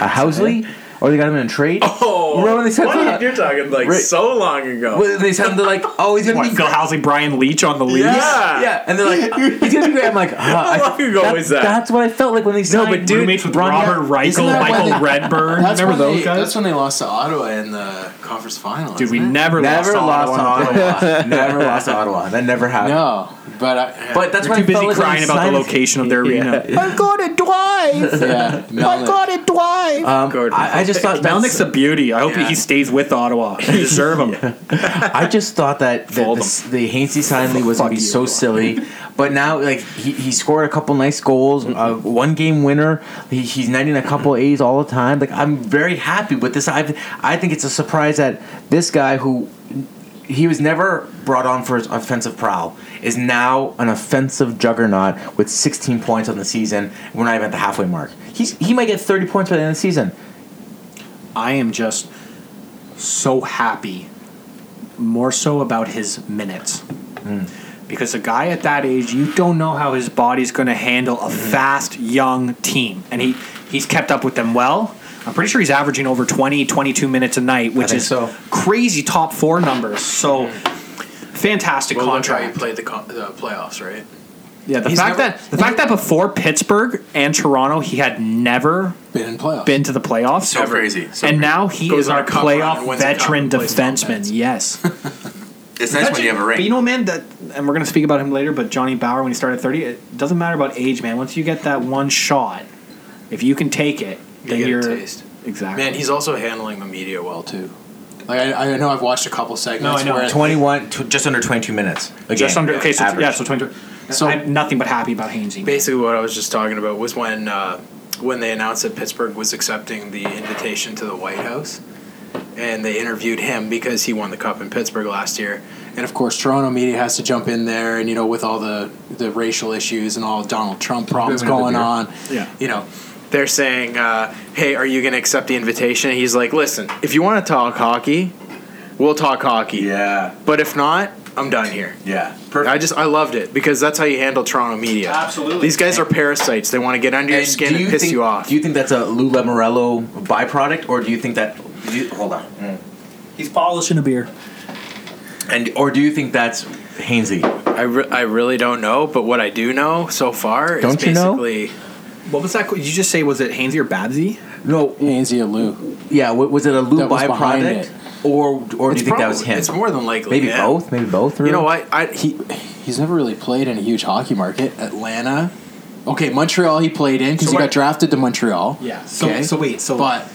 Speaker 1: A Housley, or they got him in a trade?
Speaker 3: Oh,
Speaker 1: Remember when they said
Speaker 3: what?
Speaker 1: that?
Speaker 3: You're talking like
Speaker 1: Right.
Speaker 3: so long ago.
Speaker 1: Well, They signed him to like, oh, he's gonna
Speaker 2: What,
Speaker 1: be
Speaker 2: Phil Housley, Brian Leach on the Leafs?
Speaker 3: yeah.
Speaker 1: Yeah, and they're like, uh, he's gonna be great. I'm like, uh, I-
Speaker 3: long ago
Speaker 1: that-
Speaker 3: was that?
Speaker 1: That's what I felt like when they signed.
Speaker 2: but dude, roommates with Robert
Speaker 5: Isn't
Speaker 2: Reichel,
Speaker 5: that why
Speaker 2: Michael
Speaker 5: they-
Speaker 2: Redburn.
Speaker 5: That's
Speaker 2: Remember
Speaker 5: when
Speaker 2: those
Speaker 5: they,
Speaker 2: guys?
Speaker 5: That's when they lost to Ottawa in the conference final.
Speaker 2: Dude, we
Speaker 5: isn't it?
Speaker 2: never,
Speaker 1: never lost to
Speaker 2: Ottawa.
Speaker 1: Ottawa. never lost to Ottawa. That never happened.
Speaker 5: No, but I,
Speaker 1: But that's
Speaker 2: We're
Speaker 1: what I felt
Speaker 2: too busy
Speaker 1: like when
Speaker 2: crying
Speaker 1: they
Speaker 2: about the
Speaker 1: signed-
Speaker 2: location of their arena.
Speaker 1: I got it twice.
Speaker 5: yeah, Melnick.
Speaker 1: it twice. Um,
Speaker 3: Gordon.
Speaker 1: I, I just thought
Speaker 2: Melnick's
Speaker 1: that's,
Speaker 2: a beauty. I hope
Speaker 3: Yeah.
Speaker 2: he stays with Ottawa. They deserve him.
Speaker 1: I just thought that the,
Speaker 2: Fold
Speaker 1: the, the Hainsey signing was gonna be
Speaker 2: Fuck you.
Speaker 1: so silly, but now like he, he scored a couple nice goals, uh, one game winner. He, he's netting a couple A's all the time. Like I'm very happy with this. I I think it's a surprise that this guy who he was never brought on for his offensive prowl is now an offensive juggernaut with 16 points on the season. We're not even at the halfway mark. He's he might get 30 points by the end of the season.
Speaker 2: I am just so happy, more so about his minutes. Because a guy at that age, you don't know how his body's going to handle a fast, young team. And he, he's kept up with them well. I'm pretty sure he's averaging over 20, 22 minutes a night, which
Speaker 1: think
Speaker 2: is
Speaker 1: so.
Speaker 2: crazy top four numbers. So fantastic
Speaker 5: Well, look how you
Speaker 2: contract.
Speaker 5: played the, con- the playoffs, right?
Speaker 2: Yeah, the
Speaker 5: He's
Speaker 2: fact
Speaker 5: never-
Speaker 2: that the fact that before Pittsburgh and Toronto, he had never
Speaker 5: Been in playoffs.
Speaker 2: been to the playoffs.
Speaker 3: So crazy. So
Speaker 2: and now he
Speaker 5: Goes
Speaker 2: is
Speaker 5: on
Speaker 2: our
Speaker 5: a cup run
Speaker 2: playoff
Speaker 5: and wins a cup
Speaker 2: veteran
Speaker 5: and plays
Speaker 2: defenseman.
Speaker 5: offense.
Speaker 2: Yes,
Speaker 4: It's nice when you have a
Speaker 2: But you
Speaker 4: ring.
Speaker 2: know, man, that and we're gonna speak about him later. But Johnny Bauer, when he started thirty, it doesn't matter about age, man. Once you get that one shot, if you can take it,
Speaker 5: You
Speaker 2: then
Speaker 5: get a
Speaker 2: you're
Speaker 5: taste.
Speaker 2: exactly.
Speaker 5: Man, he's also handling the media well too. Like I, I know I've watched a couple segments.
Speaker 2: No, I know.
Speaker 5: Where
Speaker 1: 21 tw- just under 22 minutes. a
Speaker 2: just
Speaker 1: game.
Speaker 2: under okay. So
Speaker 1: Average.
Speaker 2: yeah, so twenty.
Speaker 5: So-
Speaker 2: So I'm nothing but happy about Hainsey.
Speaker 3: basically, what I was just talking about was when uh, when they announced that Pittsburgh was accepting the invitation to the White House, and they interviewed him because he won the cup in Pittsburgh last year.
Speaker 5: and of course Toronto media has to jump in there, and you know with all the the racial issues and all Donald Trump problems
Speaker 1: Bit of a
Speaker 5: going
Speaker 1: beer.
Speaker 5: on.
Speaker 2: Yeah.
Speaker 5: you know.
Speaker 3: they're saying, uh, "Hey, are you going to accept the invitation?" He's like, "Listen, if you want to talk hockey, we'll talk hockey.
Speaker 1: Yeah.
Speaker 3: But if not, I'm done here."
Speaker 1: Yeah.
Speaker 3: I just I loved it because that's how you handle Toronto media.
Speaker 2: Absolutely.
Speaker 3: These guys are parasites. They want to get under your skin and piss
Speaker 1: think,
Speaker 3: you off.
Speaker 1: Do you think that's a Lou Lamorello byproduct, or do you think that? do you- hold on.
Speaker 2: He's polishing a beer.
Speaker 1: And or do you think that's Hainsey?
Speaker 3: I, re- I really don't know, but what I do know so far
Speaker 1: Don't
Speaker 3: is
Speaker 1: you know?
Speaker 3: basically
Speaker 2: What was that? Did you just say was it Hainsey or Babsy?
Speaker 1: No.
Speaker 5: Ainsley and Lou.
Speaker 1: Yeah. wa- Was it a Lou
Speaker 5: That was behind
Speaker 1: byproduct,
Speaker 5: it.
Speaker 1: or or do you think that was
Speaker 3: probably-
Speaker 1: him?
Speaker 3: It's more than likely
Speaker 1: Maybe
Speaker 3: him.
Speaker 1: both. Maybe both.
Speaker 3: You know what? I he
Speaker 5: He's never really played in a huge hockey market. Atlanta, okay, Montreal. He played in because
Speaker 2: So
Speaker 5: he
Speaker 2: what-
Speaker 5: got drafted to Montreal.
Speaker 2: Yeah. So
Speaker 5: Okay.
Speaker 2: so wait. So
Speaker 5: but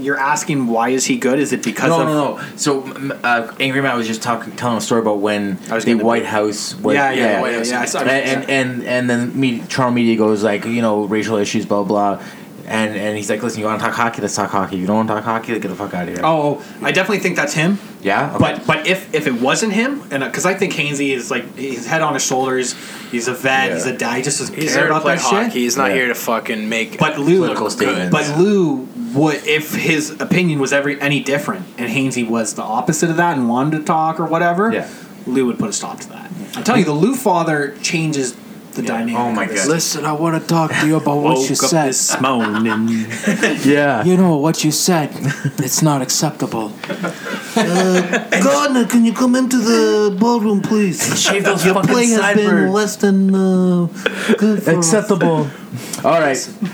Speaker 2: you're asking why is he good? Is it because
Speaker 1: No,
Speaker 2: of
Speaker 1: no, no. So m- uh, Angry Matt was just talking, telling a story about when
Speaker 3: I was
Speaker 1: the
Speaker 3: getting the-
Speaker 1: White House was.
Speaker 2: Yeah, yeah, the White House, yeah, I saw-
Speaker 1: and, and and and then me, Toronto media goes like, you know, racial issues, blah blah. And and he's like, listen, you want to talk hockey? Let's talk hockey. You don't want to talk hockey? Then get the fuck out of here.
Speaker 2: Oh, I definitely think that's him.
Speaker 1: yeah. Okay.
Speaker 2: But but if if it wasn't him, and because I think Hainsey is like his head on his shoulders, he's a vet, he's a dad, he just doesn't
Speaker 3: he's
Speaker 2: care
Speaker 3: here to
Speaker 2: about
Speaker 3: play
Speaker 2: that
Speaker 3: hockey.
Speaker 2: shit.
Speaker 3: He's not
Speaker 1: Yeah.
Speaker 3: here to fucking make
Speaker 2: But Lou,
Speaker 1: Political statements.
Speaker 2: but Lou would if his opinion was every any different, and Hainsey was the opposite of that and wanted to talk or whatever.
Speaker 1: Yeah.
Speaker 2: Lou would put a stop to that. I'm telling you, the Lou father changes the dynamic.
Speaker 1: Oh my
Speaker 2: of this.
Speaker 1: God.
Speaker 5: listen, I want to talk to you about what you
Speaker 2: Woke up
Speaker 5: said.
Speaker 2: this morning.
Speaker 1: yeah.
Speaker 5: You know what you said. It's not acceptable.
Speaker 7: Gardner, can you come into the ballroom, please?
Speaker 1: Shave those
Speaker 7: Your play has been less than uh, good for
Speaker 1: acceptable. All right. Uh,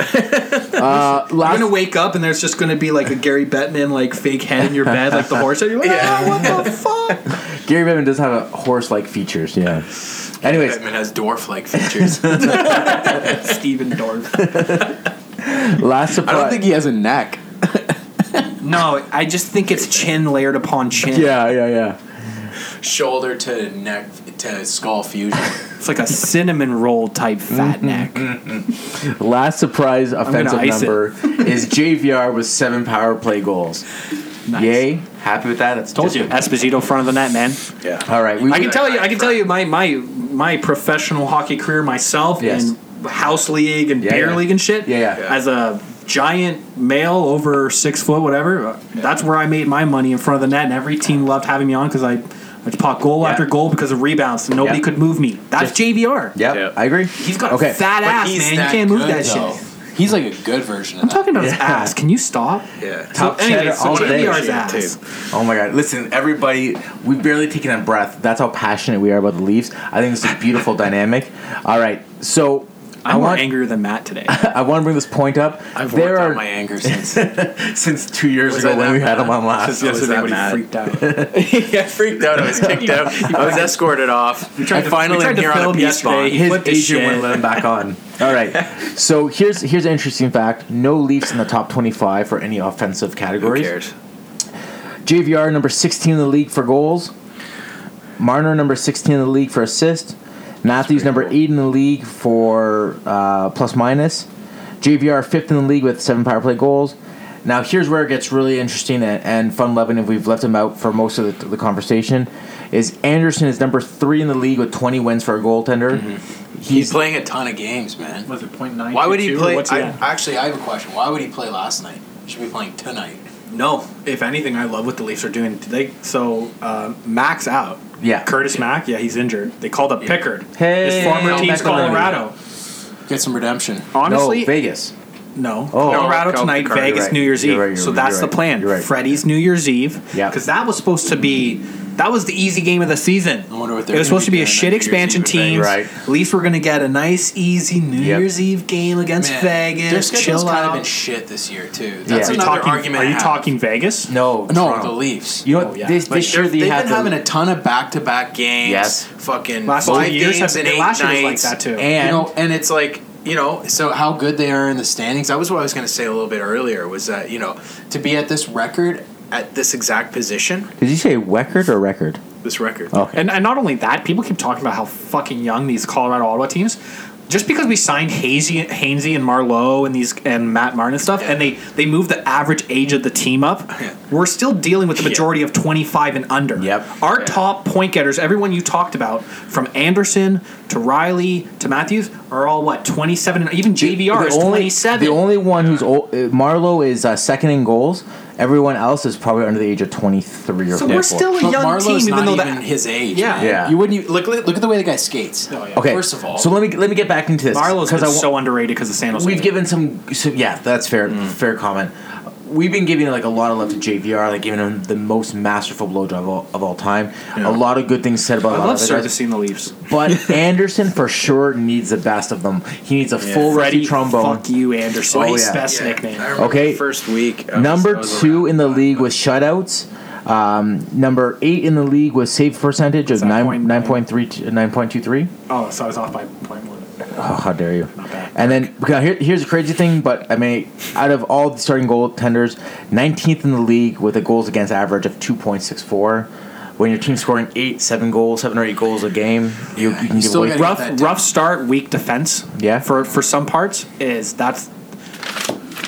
Speaker 2: I'm gonna
Speaker 1: last
Speaker 2: wake up and there's just gonna be like a Gary Bettman like fake head in your bed, like the horse. And you're like, "Ah, what the fuck?
Speaker 1: Gary Bettman does have a horse-like features. Yeah. Anyways,
Speaker 5: Batman has dwarf-like features.
Speaker 2: Steven Dorff.
Speaker 1: last
Speaker 5: I
Speaker 1: surprise.
Speaker 5: don't think he has a neck.
Speaker 2: No, I just think it's chin layered upon chin.
Speaker 1: yeah, yeah, yeah.
Speaker 5: Shoulder to neck to skull fusion.
Speaker 2: It's like a cinnamon roll type fat
Speaker 1: Mm-hmm.
Speaker 2: neck.
Speaker 1: Last surprise offensive
Speaker 2: ice it.
Speaker 1: number is JVR with seven power play goals. Yay! Happy with that. That's
Speaker 2: Told you, Esposito front of the net, man.
Speaker 3: Yeah.
Speaker 1: All right, we
Speaker 2: I can tell you. I can tell you my my my professional hockey career myself
Speaker 1: Yes.
Speaker 2: in house league and
Speaker 1: Yeah,
Speaker 2: beer
Speaker 1: yeah.
Speaker 2: league and shit.
Speaker 1: Yeah, yeah.
Speaker 2: As a giant male over six foot, whatever. uh, That's where I made my money in front of the net, and every team loved having me on because I. I just pop goal
Speaker 1: Yeah.
Speaker 2: after goal because of rebounds. and Nobody
Speaker 1: Yeah.
Speaker 2: could move me. That's
Speaker 1: Just-
Speaker 2: JVR.
Speaker 1: Yep,
Speaker 3: Yeah.
Speaker 1: I agree.
Speaker 2: He's got
Speaker 1: Okay.
Speaker 2: a fat ass, man. You can't move that shit.
Speaker 5: shit. He's like a good version of
Speaker 2: I'm talking about his
Speaker 1: Yeah.
Speaker 2: ass. Can you stop?
Speaker 3: Yeah.
Speaker 1: Top
Speaker 2: so anyway,
Speaker 1: cheddar
Speaker 2: so
Speaker 1: all day.
Speaker 2: JVR's
Speaker 3: Shit,
Speaker 2: ass.
Speaker 1: Oh my god! Listen, everybody, we've barely taken a breath. That's how passionate we are about the Leafs. I think it's a beautiful dynamic. All right, so I
Speaker 2: I'm more
Speaker 1: want
Speaker 2: angrier than Matt today.
Speaker 1: I want to bring this point up.
Speaker 5: I've
Speaker 1: there
Speaker 5: worked
Speaker 1: are
Speaker 5: on my anger since.
Speaker 1: since two years
Speaker 3: Was
Speaker 1: ago
Speaker 3: I
Speaker 1: when
Speaker 3: that
Speaker 1: we had him on last.
Speaker 3: Since
Speaker 2: Yesterday
Speaker 3: yesterday when
Speaker 2: when
Speaker 3: he
Speaker 2: he freaked out.
Speaker 3: yeah, I freaked out. I was kicked out. I was escorted off. I
Speaker 2: to- we
Speaker 3: finally
Speaker 2: tried
Speaker 3: am
Speaker 2: to
Speaker 3: here on a
Speaker 2: film
Speaker 3: peace
Speaker 2: yesterday.
Speaker 3: bond.
Speaker 2: He
Speaker 1: His
Speaker 2: flipped his
Speaker 1: agent wouldn't
Speaker 2: shit.
Speaker 1: let him back on. All right, so here's here's an interesting fact: no Leafs in the top twenty-five for any offensive
Speaker 3: Who
Speaker 1: categories.
Speaker 3: cares?
Speaker 1: JVR number 16 in the league for goals. Marner number 16 in the league for assists. Matthews number
Speaker 3: cool.
Speaker 1: 8 in the league for uh, plus minus. JVR fifth in the league with seven power play goals. Now here's where it gets really interesting and, and fun loving if we've left him out for most of the, the conversation. Is Anderson is number three in the league with 20 wins for a goaltender.
Speaker 5: He's
Speaker 1: He's
Speaker 5: playing a ton of games, man.
Speaker 2: Was it point nine?
Speaker 3: Why would he play?
Speaker 2: What's he
Speaker 5: I,
Speaker 2: at?
Speaker 5: actually, I have a question. Why would he play last night? He should be playing tonight.
Speaker 2: No, if anything, I love what the Leafs are doing. They so uh, Max out.
Speaker 1: Yeah.
Speaker 2: Curtis Mack. Yeah, he's injured. They called up Pickard.
Speaker 1: Hey,
Speaker 2: his former
Speaker 1: Mac
Speaker 2: team's
Speaker 1: Aloney.
Speaker 2: Colorado.
Speaker 5: Get some redemption.
Speaker 1: no
Speaker 2: Honestly, no.
Speaker 1: Vegas. Oh.
Speaker 2: Colorado
Speaker 3: No,
Speaker 2: tonight,
Speaker 3: Pickard,
Speaker 2: Vegas,
Speaker 1: you're
Speaker 2: New Year's
Speaker 1: right.
Speaker 2: Eve.
Speaker 1: You're right, you're
Speaker 2: so
Speaker 1: right,
Speaker 2: that's
Speaker 1: you're
Speaker 2: the
Speaker 1: right,
Speaker 2: plan.
Speaker 1: you're right.
Speaker 2: Freddy's New Year's Eve.
Speaker 1: Yeah.
Speaker 2: because that was supposed to be. That was the easy game of the season.
Speaker 5: I wonder what they're
Speaker 2: it was
Speaker 5: gonna
Speaker 2: supposed
Speaker 5: be
Speaker 2: to be a
Speaker 5: doing on
Speaker 2: shit
Speaker 5: New Year's
Speaker 2: expansion
Speaker 5: Eve in
Speaker 2: team.
Speaker 1: Vegas.
Speaker 2: Leafs were going to get a nice, easy New
Speaker 1: Yep.
Speaker 2: Year's Eve game against
Speaker 5: Man, Their
Speaker 2: Vegas.
Speaker 5: schedule's
Speaker 2: Chill
Speaker 5: kind
Speaker 2: out.
Speaker 5: of been shit this year too.
Speaker 1: Yeah.
Speaker 5: That's
Speaker 1: Are you
Speaker 5: another argument.
Speaker 2: Are
Speaker 5: I
Speaker 2: you
Speaker 5: have.
Speaker 2: talking Vegas?
Speaker 1: No,
Speaker 5: No,
Speaker 1: Toronto.
Speaker 5: the Leafs.
Speaker 1: You know,
Speaker 2: Oh, yeah.
Speaker 1: this,
Speaker 5: Like,
Speaker 1: this year
Speaker 5: they're-
Speaker 1: they
Speaker 5: they've
Speaker 1: have
Speaker 5: been
Speaker 1: the-
Speaker 5: having a ton of back-to-back games.
Speaker 1: Yes.
Speaker 3: Fucking
Speaker 2: Last
Speaker 3: five
Speaker 2: two years
Speaker 3: games
Speaker 2: have
Speaker 3: and
Speaker 2: been
Speaker 3: eight
Speaker 2: last year's like
Speaker 3: nights.
Speaker 2: that too.
Speaker 1: and
Speaker 5: you know, and it's like you know, so how good they are in the standings. That was what I was going to say a little bit earlier. Was that you know to be at this record at this exact position,
Speaker 1: did you say record or record?
Speaker 3: this record.
Speaker 1: Okay.
Speaker 2: And, and not only that, people keep talking about how fucking young these Colorado Ottawa teams. Just because we signed Hazy, Hainsey and Marlowe and these and Matt Martin and stuff, and they they moved the average age of the team up, we're still dealing with the majority of twenty five and under.
Speaker 1: Yep.
Speaker 2: Our top point getters, everyone you talked about, from Anderson to Riley to Matthews, are all what twenty seven and even JVR is twenty seven.
Speaker 1: The only one who's old, uh, Marlowe is uh, second in goals. Everyone else is probably under the age of twenty three or
Speaker 2: so
Speaker 1: 24.
Speaker 2: we're still a
Speaker 5: but
Speaker 2: young
Speaker 5: Marlowe's
Speaker 2: team, even
Speaker 5: not
Speaker 2: though
Speaker 5: even
Speaker 2: that
Speaker 5: his age.
Speaker 2: Yeah. Oh,
Speaker 5: man.
Speaker 1: Yeah.
Speaker 5: You wouldn't you, look look at the way the guy skates.
Speaker 1: okay.
Speaker 5: First of all,
Speaker 1: so let me let me get back into this
Speaker 2: Marlowe's
Speaker 1: because
Speaker 2: been
Speaker 1: I wa-
Speaker 2: so Mm. underrated because of San Jose.
Speaker 1: we've given some. So yeah, that's fair. Fair comment. We've been giving like a lot of love to JVR, like giving him the most masterful blowjob of all, of all time. A lot of good things said about. a
Speaker 2: I
Speaker 1: lot
Speaker 2: love
Speaker 1: of the guys.
Speaker 2: servicing the Leafs.
Speaker 1: but Anderson for sure needs the best of them. He needs a full rusty
Speaker 2: Freddie,
Speaker 1: trombone.
Speaker 2: Fuck you, Anderson.
Speaker 1: Oh,
Speaker 2: His
Speaker 1: yeah.
Speaker 2: best
Speaker 3: Yeah.
Speaker 2: nickname.
Speaker 3: I remember
Speaker 1: Okay.
Speaker 3: the First week. I was- I
Speaker 1: Number
Speaker 3: was
Speaker 1: two
Speaker 3: around.
Speaker 1: in the league with shutouts. Um, number eight in the league with save percentage of
Speaker 2: that
Speaker 1: nine
Speaker 2: point
Speaker 1: nine
Speaker 2: nine?
Speaker 1: point three nine point two three.
Speaker 2: Oh, so I was off by point one.
Speaker 1: Oh, how dare you!
Speaker 2: bad.
Speaker 1: And then okay, here, here's a crazy thing, but I mean, out of all the starting goaltenders, 19th in the league with a goals against average of 2.64. When your team's scoring eight, seven goals, seven or eight goals a game, you, you can give
Speaker 5: still
Speaker 1: away.
Speaker 5: gotta-
Speaker 2: Rough,
Speaker 5: that
Speaker 2: rough start, weak defense.
Speaker 1: Yeah.
Speaker 2: For for some parts is that's.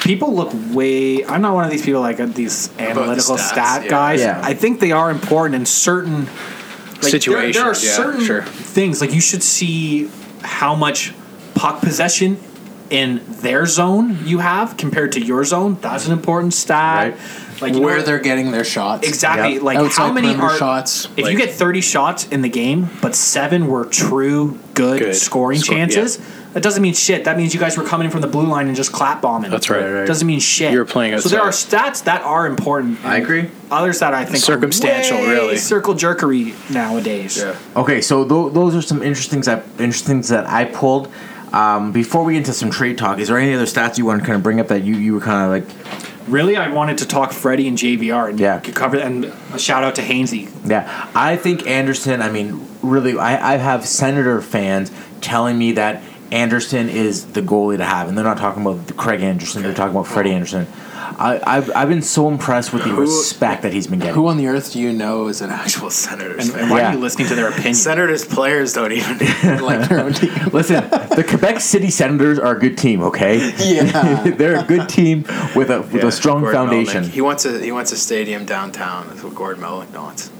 Speaker 2: People look way. I'm not one of these people like uh, these analytical
Speaker 5: stats,
Speaker 2: stat
Speaker 5: yeah.
Speaker 2: guys.
Speaker 1: Yeah.
Speaker 2: I think they are important in certain like, there- There, are
Speaker 3: Situations, yeah,
Speaker 2: certain
Speaker 3: sure.
Speaker 2: things like you should see how much puck possession in their zone you have compared to your zone. That's an important stat. Like you know
Speaker 5: where
Speaker 2: what-
Speaker 5: they're getting their shots.
Speaker 2: Exactly.
Speaker 1: Yep.
Speaker 2: Like
Speaker 5: Outside
Speaker 2: how many
Speaker 5: perimeter
Speaker 2: are
Speaker 5: shots,
Speaker 2: If you
Speaker 3: like-
Speaker 2: get 30 shots in the game, but seven were true good,
Speaker 3: Good.
Speaker 2: scoring
Speaker 3: Score-
Speaker 2: chances, that doesn't mean shit. That means you guys were coming from the blue line and just clap bombing.
Speaker 3: That's right. Right, right.
Speaker 2: Doesn't mean shit.
Speaker 3: You were playing
Speaker 2: So there are
Speaker 3: outside.
Speaker 2: stats that are important. I
Speaker 1: agree.
Speaker 2: Others that I think are
Speaker 3: Circumstantial,
Speaker 2: way
Speaker 3: really.
Speaker 2: circle jerkery nowadays.
Speaker 3: Yeah.
Speaker 1: Okay, so th- those are some interesting that interesting things that I pulled. Um, before we get into some trade talk, is there any other stats you want to kind of bring up that you, you were kind of like
Speaker 2: Really, I wanted to talk Freddie and JVR and
Speaker 1: Yeah.
Speaker 2: cover that. And a shout out to Hainsey.
Speaker 1: Yeah, I think Anderson. I mean, really, I, I have Senator fans telling me that Anderson is the goalie to have, and they're not talking about the Craig Anderson. They're talking about Freddie Anderson. I, I've I've been so impressed with the respect that he's been getting.
Speaker 5: Who on the earth do you know is an actual Senators
Speaker 2: And, and
Speaker 5: fan?
Speaker 2: why
Speaker 1: Yeah.
Speaker 2: are you listening to their opinion?
Speaker 5: Senators players don't even like their own team.
Speaker 1: Listen, the Quebec City Senators are a good team. Okay,
Speaker 5: Yeah.
Speaker 1: they're a good team with a with
Speaker 5: Yeah,
Speaker 1: a strong
Speaker 5: Gord
Speaker 1: foundation.
Speaker 5: Melnick. He wants a he wants a stadium downtown. That's what Gord Melnick wants.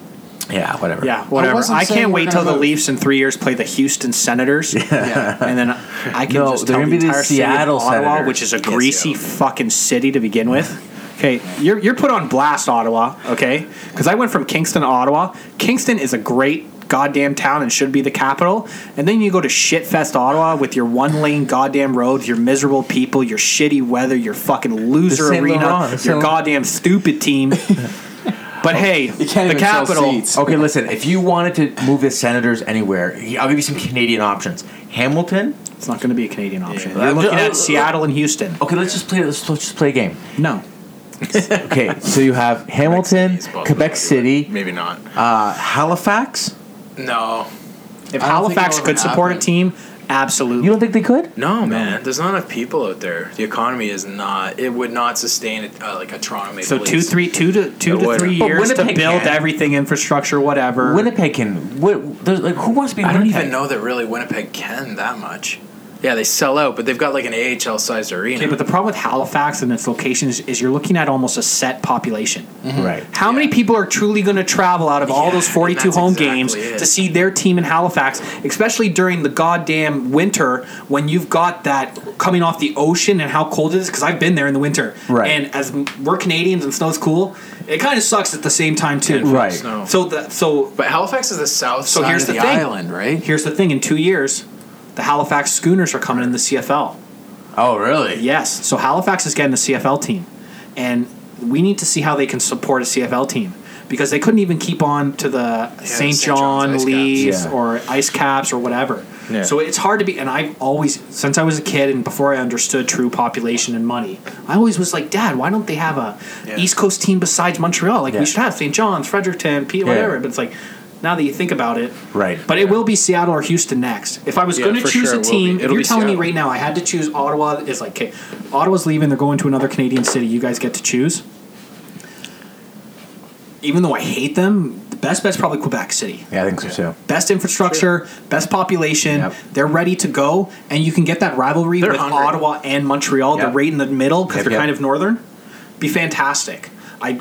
Speaker 1: Yeah, whatever.
Speaker 2: yeah, whatever.
Speaker 5: wasn't
Speaker 2: I,
Speaker 5: saying
Speaker 2: can't
Speaker 5: we're
Speaker 2: wait
Speaker 5: gonna
Speaker 2: till the
Speaker 5: vote.
Speaker 2: Leafs in three years play the Houston Senators,
Speaker 5: Yeah.
Speaker 2: and then I can
Speaker 1: No,
Speaker 2: just
Speaker 1: they're
Speaker 2: tell
Speaker 1: gonna be
Speaker 2: the
Speaker 1: the
Speaker 2: entire city of
Speaker 1: Seattle
Speaker 2: Ottawa,
Speaker 1: Senators.
Speaker 2: which is a
Speaker 1: Yeah,
Speaker 2: greasy fucking city to begin with. Okay, you're you're put on blast, Ottawa. Okay, because I went from Kingston to Ottawa. Kingston is a great. Goddamn town and should be the capital, and then you go to shitfest Ottawa with your one lane goddamn roads, your miserable people, your shitty weather, your fucking loser
Speaker 1: Saint
Speaker 2: arena,
Speaker 1: Laurent, the
Speaker 2: your
Speaker 1: Saint-
Speaker 2: goddamn stupid team. but hey,
Speaker 5: can't
Speaker 2: the
Speaker 5: even sell
Speaker 2: capital.
Speaker 5: seats.
Speaker 1: Okay, listen. If you wanted to move the Senators anywhere, I'll give you some Canadian options. Hamilton.
Speaker 2: It's not going to be a Canadian option.
Speaker 1: Yeah. Oh,
Speaker 2: You're looking
Speaker 1: Uh,
Speaker 2: at Seattle and Houston.
Speaker 1: Okay, let's just play. Let's, let's just play a game.
Speaker 2: No.
Speaker 1: Okay, so you have Hamilton,
Speaker 5: It's possible,
Speaker 1: Quebec
Speaker 5: maybe, but
Speaker 1: City,
Speaker 5: Maybe not.
Speaker 1: uh, Halifax.
Speaker 5: No.
Speaker 2: If
Speaker 5: I don't think
Speaker 2: Halifax
Speaker 5: it'll
Speaker 2: could
Speaker 5: ever
Speaker 2: support a
Speaker 5: happen.
Speaker 2: team, absolutely.
Speaker 1: You don't think they could?
Speaker 5: No, man. There's not enough people out there. The economy is not. It would not sustain uh, like a Toronto Maple
Speaker 2: so two,
Speaker 5: Leafs.
Speaker 2: three, two to two
Speaker 5: It
Speaker 2: to
Speaker 5: would.
Speaker 2: three
Speaker 1: But
Speaker 2: years to
Speaker 1: Winnipeg
Speaker 2: build
Speaker 1: can.
Speaker 2: everything, infrastructure, whatever.
Speaker 1: Winnipeg can. What, there's, like, who wants to be?
Speaker 5: I don't
Speaker 1: Winnipeg?
Speaker 5: even know that really Winnipeg can that much. Yeah, they sell out, but they've got like an AHL sized arena.
Speaker 2: Okay, but the problem with Halifax and its locations is you're looking at almost a set population.
Speaker 1: Mm-hmm. Right.
Speaker 2: How many people are truly going to travel out of all
Speaker 5: Yeah,
Speaker 2: those 42
Speaker 5: and that's
Speaker 2: home
Speaker 5: exactly
Speaker 2: games
Speaker 5: it.
Speaker 2: to see their team in Halifax, especially during the goddamn winter when you've got that coming off the ocean and how cold it is? Because I've been there in the winter.
Speaker 1: Right.
Speaker 2: And as m- we're Canadians and snow's cool, it kind of sucks at the same time, too.
Speaker 1: Right.
Speaker 5: Snow.
Speaker 2: So, the, so
Speaker 5: But Halifax is the south
Speaker 2: So
Speaker 5: side
Speaker 2: here's
Speaker 5: of
Speaker 2: the
Speaker 5: the,
Speaker 2: thing.
Speaker 5: island, right?
Speaker 2: here's the thing in two years, the Halifax Schooners are coming in the CFL.
Speaker 5: Oh, really?
Speaker 2: Yes. So Halifax is getting a CFL team, and we need to see how they can support a CFL team because they couldn't even keep on to the St.
Speaker 5: St. John's
Speaker 2: John
Speaker 5: Ice Caps.
Speaker 2: Lees
Speaker 1: Yeah.
Speaker 2: or Ice Caps or whatever.
Speaker 3: Yeah.
Speaker 2: So it's hard to be. And I've always, since I was a kid and before I understood true population and money, I always was like, Dad, why don't they have a
Speaker 5: Yeah.
Speaker 2: East Coast team besides Montreal? Like
Speaker 1: Yeah.
Speaker 2: we should have St. John's, Fredericton, Pete, whatever. But it's like. Now that you think about it,
Speaker 1: Right.
Speaker 2: But it will be Seattle or Houston next. If I was
Speaker 5: Yeah,
Speaker 2: going to
Speaker 5: for
Speaker 2: choose
Speaker 5: sure
Speaker 2: a
Speaker 5: it will
Speaker 2: team,
Speaker 5: be.
Speaker 2: if
Speaker 5: It'll
Speaker 2: you're
Speaker 5: be
Speaker 2: telling me
Speaker 5: Seattle.
Speaker 2: right now I had to choose Ottawa is like okay, Ottawa's leaving, they're going to another Canadian city. You guys get to choose. Even though I hate them, the best bet's probably Quebec City.
Speaker 1: Yeah, I think so too.
Speaker 2: Best infrastructure, best population.
Speaker 1: Yep.
Speaker 2: They're ready to go, and you can get that rivalry
Speaker 5: They're
Speaker 2: with
Speaker 5: hungry.
Speaker 2: Ottawa and Montreal. They're
Speaker 1: Yep.
Speaker 2: right in the middle because
Speaker 1: Yep,
Speaker 2: they're
Speaker 1: yep.
Speaker 2: kind of northern. Be fantastic. I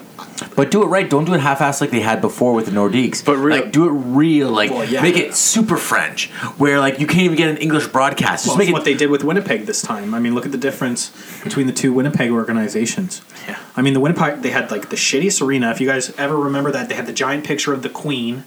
Speaker 1: But do it right. Don't do it half-assed like they had before with the Nordiques.
Speaker 5: But real-
Speaker 1: like do it real. Like
Speaker 2: Well, yeah.
Speaker 1: make it super French, where like you can't even get an English broadcast. Just
Speaker 2: well,
Speaker 1: make
Speaker 2: it's
Speaker 1: it.
Speaker 2: what they did with Winnipeg this time. I mean, look at the difference between the two Winnipeg organizations.
Speaker 5: Yeah.
Speaker 2: I mean, the Winnipeg they had like the shittiest arena. If you guys ever remember that, they had the giant picture of the Queen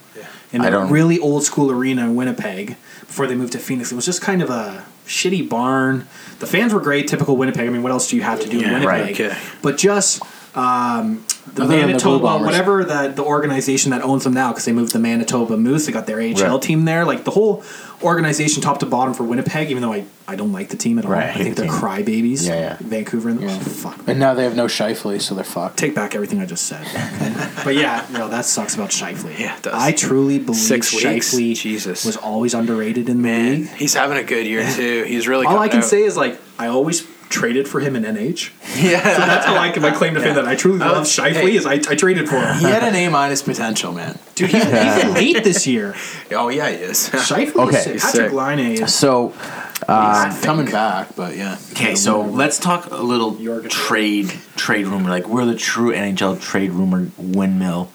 Speaker 2: in
Speaker 1: I
Speaker 2: a
Speaker 1: don't-
Speaker 2: really old school arena in Winnipeg before they moved to Phoenix. It was just kind of a shitty barn. The fans were great, typical Winnipeg. I mean, what else do you have to do in
Speaker 5: Yeah,
Speaker 2: Winnipeg?
Speaker 1: right,
Speaker 5: okay.
Speaker 2: But just. Um, the
Speaker 5: Other than the Blue
Speaker 2: Manitoba,
Speaker 5: Bombers.
Speaker 2: whatever that the organization that owns them now, because they moved the Manitoba Moose, they got their AHL
Speaker 1: Right.
Speaker 2: team there. Like the whole organization, top to bottom for Winnipeg. Even though I, I don't like the team at all,
Speaker 1: Right, I
Speaker 2: I
Speaker 1: hate
Speaker 2: think
Speaker 1: the
Speaker 2: they're
Speaker 1: team.
Speaker 2: crybabies.
Speaker 1: Yeah, yeah.
Speaker 2: Vancouver and oh, fuck.
Speaker 5: And now they have no Shifley, so they're fucked.
Speaker 2: Take back everything I just said. but yeah, no, that sucks about Shifley.
Speaker 5: Yeah, it does.
Speaker 2: I truly believe
Speaker 5: Six weeks?
Speaker 2: Shifley
Speaker 5: Jesus.
Speaker 2: was always underrated in the
Speaker 5: Man,
Speaker 2: league.
Speaker 5: he's having a good year too. He's really.
Speaker 2: All I
Speaker 5: coming
Speaker 2: can
Speaker 5: out.
Speaker 2: say is like I always traded for him in NH.
Speaker 5: yeah,
Speaker 2: So that's how I can my claim to fame that I truly
Speaker 5: That
Speaker 2: love
Speaker 5: was-
Speaker 2: Shifley
Speaker 5: Oh, hey.
Speaker 2: is I, I traded for him.
Speaker 5: he had an A minus potential, man.
Speaker 2: Dude, he's, he's late this year.
Speaker 5: Oh yeah, he is.
Speaker 2: Shifley
Speaker 1: Okay.
Speaker 2: is sick.
Speaker 1: He's
Speaker 2: Patrick
Speaker 5: sick.
Speaker 2: Line is
Speaker 1: so
Speaker 5: He's coming back, but yeah.
Speaker 1: Okay, so let's talk a little
Speaker 2: Jorgensen.
Speaker 1: trade trade rumor. Like we're the true NHL trade rumor windmill.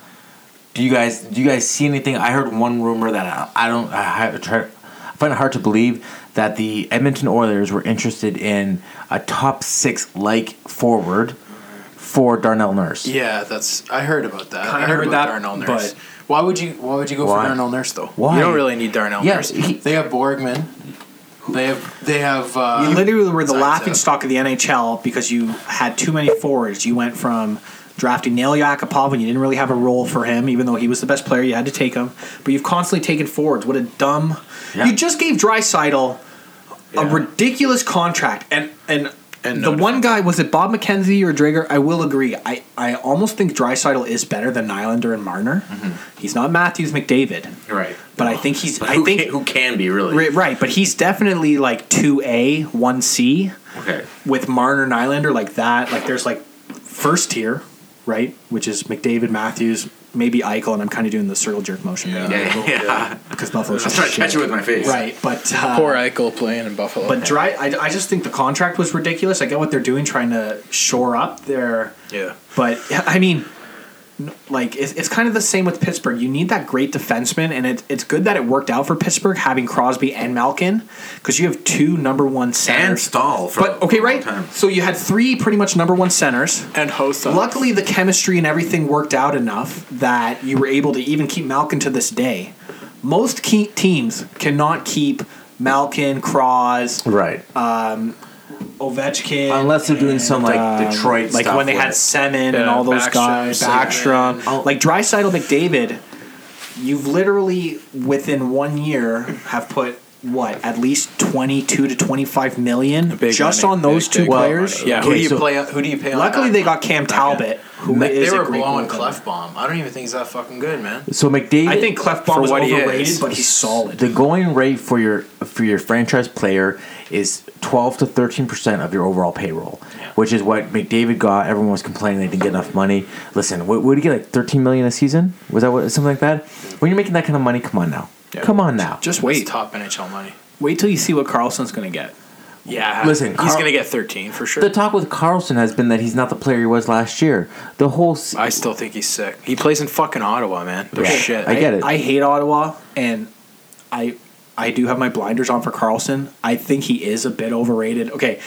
Speaker 1: Do you guys do you guys see anything? I heard one rumor that I, I don't I, have try, I find it hard to believe that the Edmonton Oilers were interested in a top six like forward for Darnell Nurse.
Speaker 5: Yeah, that's. I heard about that.
Speaker 2: Kinda
Speaker 5: I heard,
Speaker 2: heard that,
Speaker 5: about Darnell Nurse.
Speaker 2: but-
Speaker 5: why would you? Why would you go
Speaker 1: Why?
Speaker 5: for Darnell Nurse though?
Speaker 1: Why?
Speaker 5: You don't really need Darnell
Speaker 1: Yeah,
Speaker 5: Nurse.
Speaker 1: he-
Speaker 5: they have Borgman. They have. They have.
Speaker 2: You
Speaker 5: Uh,
Speaker 2: literally were the
Speaker 5: Zaitsev.
Speaker 2: laughing stock of the NHL because you had too many forwards. You went from drafting Nail Yakupov when you didn't really have a role for him, even though he was the best player, you had to take him. But you've constantly taken forwards. What a dumb!
Speaker 1: Yeah.
Speaker 2: You just gave Drysidle a ridiculous contract, and and
Speaker 3: And
Speaker 2: the one guy was it Bob McKenzie or Drager? I will agree. I, I almost think Drysidle is better than Nylander and Marner. He's not Matthews McDavid,
Speaker 3: right?
Speaker 2: but I think he's.
Speaker 3: But
Speaker 2: I
Speaker 3: who
Speaker 2: think
Speaker 3: can, who can be really
Speaker 2: Ri- Right, but he's definitely like two A, one C
Speaker 3: okay?
Speaker 2: with Marner and Islander like that. Like there's like first tier, right, which is McDavid, Matthews, maybe Eichel, and I'm kind of doing the circle jerk motion right now
Speaker 3: Yeah, yeah.
Speaker 2: because Buffalo's
Speaker 3: I'm trying to
Speaker 2: shit.
Speaker 3: catch it with my face.
Speaker 2: Right, but uh,
Speaker 5: Poor Eichel playing in Buffalo.
Speaker 2: but dry. I, I just think the contract was ridiculous. I get what they're doing, trying to shore up their.
Speaker 3: Yeah.
Speaker 2: But I mean, n- like it's, it's kind of the same with Pittsburgh. You need that great defenseman, and it, it's good that it worked out for Pittsburgh having Crosby and Malkin because you have two number one
Speaker 3: And
Speaker 2: centers.
Speaker 3: stall for
Speaker 2: but okay,
Speaker 3: a long
Speaker 2: right?
Speaker 3: Time.
Speaker 2: So you had three pretty much number one centers.
Speaker 5: and Hosa.
Speaker 2: Luckily, the chemistry and everything worked out enough that you were able to even keep Malkin to this day. Most key teams cannot keep Malkin, Cross,
Speaker 1: Right.
Speaker 2: Ovechkin,
Speaker 1: Unless they're doing some like
Speaker 2: um,
Speaker 1: Detroit,
Speaker 2: like
Speaker 1: stuff
Speaker 2: when they
Speaker 1: where-
Speaker 2: had Semin and
Speaker 5: Yeah,
Speaker 2: all those
Speaker 5: Backstrom,
Speaker 2: guys,
Speaker 5: Semin.
Speaker 2: Backstrom, like Drysaitel, McDavid. You've literally within one year have put what at least twenty two to twenty five million
Speaker 5: Big
Speaker 2: just
Speaker 5: money,
Speaker 2: on those
Speaker 5: big,
Speaker 2: two
Speaker 5: big
Speaker 2: players.
Speaker 5: money. Yeah, who
Speaker 1: Okay,
Speaker 5: do you
Speaker 1: so-
Speaker 5: play? Who do you pay? on
Speaker 2: Luckily,
Speaker 5: that?
Speaker 2: they got Cam Talbot, who
Speaker 1: They
Speaker 2: is
Speaker 5: They
Speaker 2: a
Speaker 5: were
Speaker 2: great
Speaker 5: blowing
Speaker 2: goaltender.
Speaker 5: Clefbaum. I don't even think he's that fucking good, man.
Speaker 1: So McDavid.
Speaker 2: I think Clefbaum
Speaker 5: For
Speaker 2: was
Speaker 5: what he
Speaker 2: overrated,
Speaker 5: is.
Speaker 2: but he's solid.
Speaker 1: the going rate for your for your franchise player is 12 to 13 percent of your overall payroll, which is what McDavid got. Everyone was complaining they didn't get enough money. Listen, what would he get like 13 million a season? Was that what something like that? When you're making that kind of money, come on now, come on now.
Speaker 2: Just
Speaker 5: It's top NHL money.
Speaker 2: Wait till you see what Carlson's going to get.
Speaker 5: Yeah,
Speaker 1: Listen,
Speaker 5: he's
Speaker 1: Carl-
Speaker 5: gonna get thirteen for sure.
Speaker 1: the talk with Carlson has been that he's not the player he was last year. The whole s-
Speaker 5: I still think he's sick. He plays in fucking Ottawa, man. They're
Speaker 1: Yeah.
Speaker 5: shit.
Speaker 1: I get it.
Speaker 2: I hate Ottawa, and I I do have my blinders on for Carlson. I think he is a bit overrated. Okay,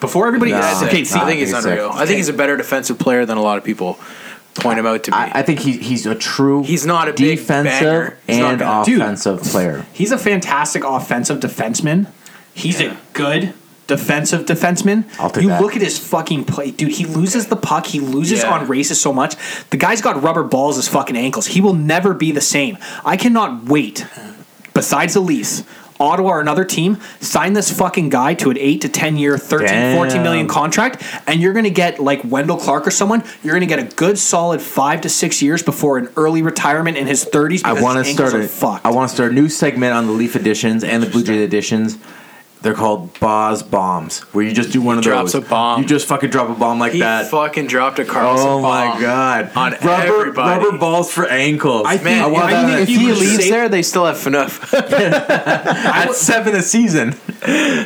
Speaker 2: before everybody
Speaker 1: No.
Speaker 2: gets okay, see,
Speaker 1: Nah,
Speaker 5: I think he's,
Speaker 1: he's sick.
Speaker 5: unreal. I think he's a better defensive player than a lot of people point him out to be.
Speaker 1: I, I think he, he's a true
Speaker 5: He's not a big
Speaker 1: defensive
Speaker 5: banger. He's not
Speaker 1: and
Speaker 5: gonna-
Speaker 2: Dude.
Speaker 1: offensive player.
Speaker 2: he's a fantastic offensive defenseman. He's a good defensive defenseman.
Speaker 1: I'll take
Speaker 2: you
Speaker 1: that.
Speaker 2: look at his fucking play, dude. He loses the puck. He loses
Speaker 5: Yeah.
Speaker 2: on races so much. The guy's got rubber balls as fucking ankles. He will never be the same. I cannot wait. Besides the Leafs. Ottawa or another team sign this fucking guy to an 8 to 10 year 13 14 million
Speaker 1: Damn.
Speaker 2: contract and you're going to get like Wendell Clark or someone you're going to get a good solid 5 to 6 years before an early retirement in his 30s because
Speaker 1: I want to
Speaker 2: his
Speaker 1: start
Speaker 2: ankles are
Speaker 1: a,
Speaker 2: fucked.
Speaker 1: I want to start a new segment on the Leaf editions and the Blue Jay editions. They're called Boz bombs, where you just do one of
Speaker 5: drops
Speaker 1: those.
Speaker 5: a bomb.
Speaker 1: You just fucking drop a bomb like
Speaker 5: he
Speaker 1: that.
Speaker 5: fucking dropped a Carlson.
Speaker 1: Oh my
Speaker 5: bomb.
Speaker 1: god!
Speaker 5: on
Speaker 1: rubber,
Speaker 5: everybody.
Speaker 1: rubber balls for ankles.
Speaker 2: I
Speaker 5: Man,
Speaker 2: think-
Speaker 1: I want
Speaker 2: I
Speaker 1: that.
Speaker 2: think
Speaker 1: on
Speaker 2: if
Speaker 1: a-
Speaker 2: you
Speaker 5: he
Speaker 2: would
Speaker 5: leaves
Speaker 2: say-
Speaker 5: there, they still have FNUF.
Speaker 1: at seven a season.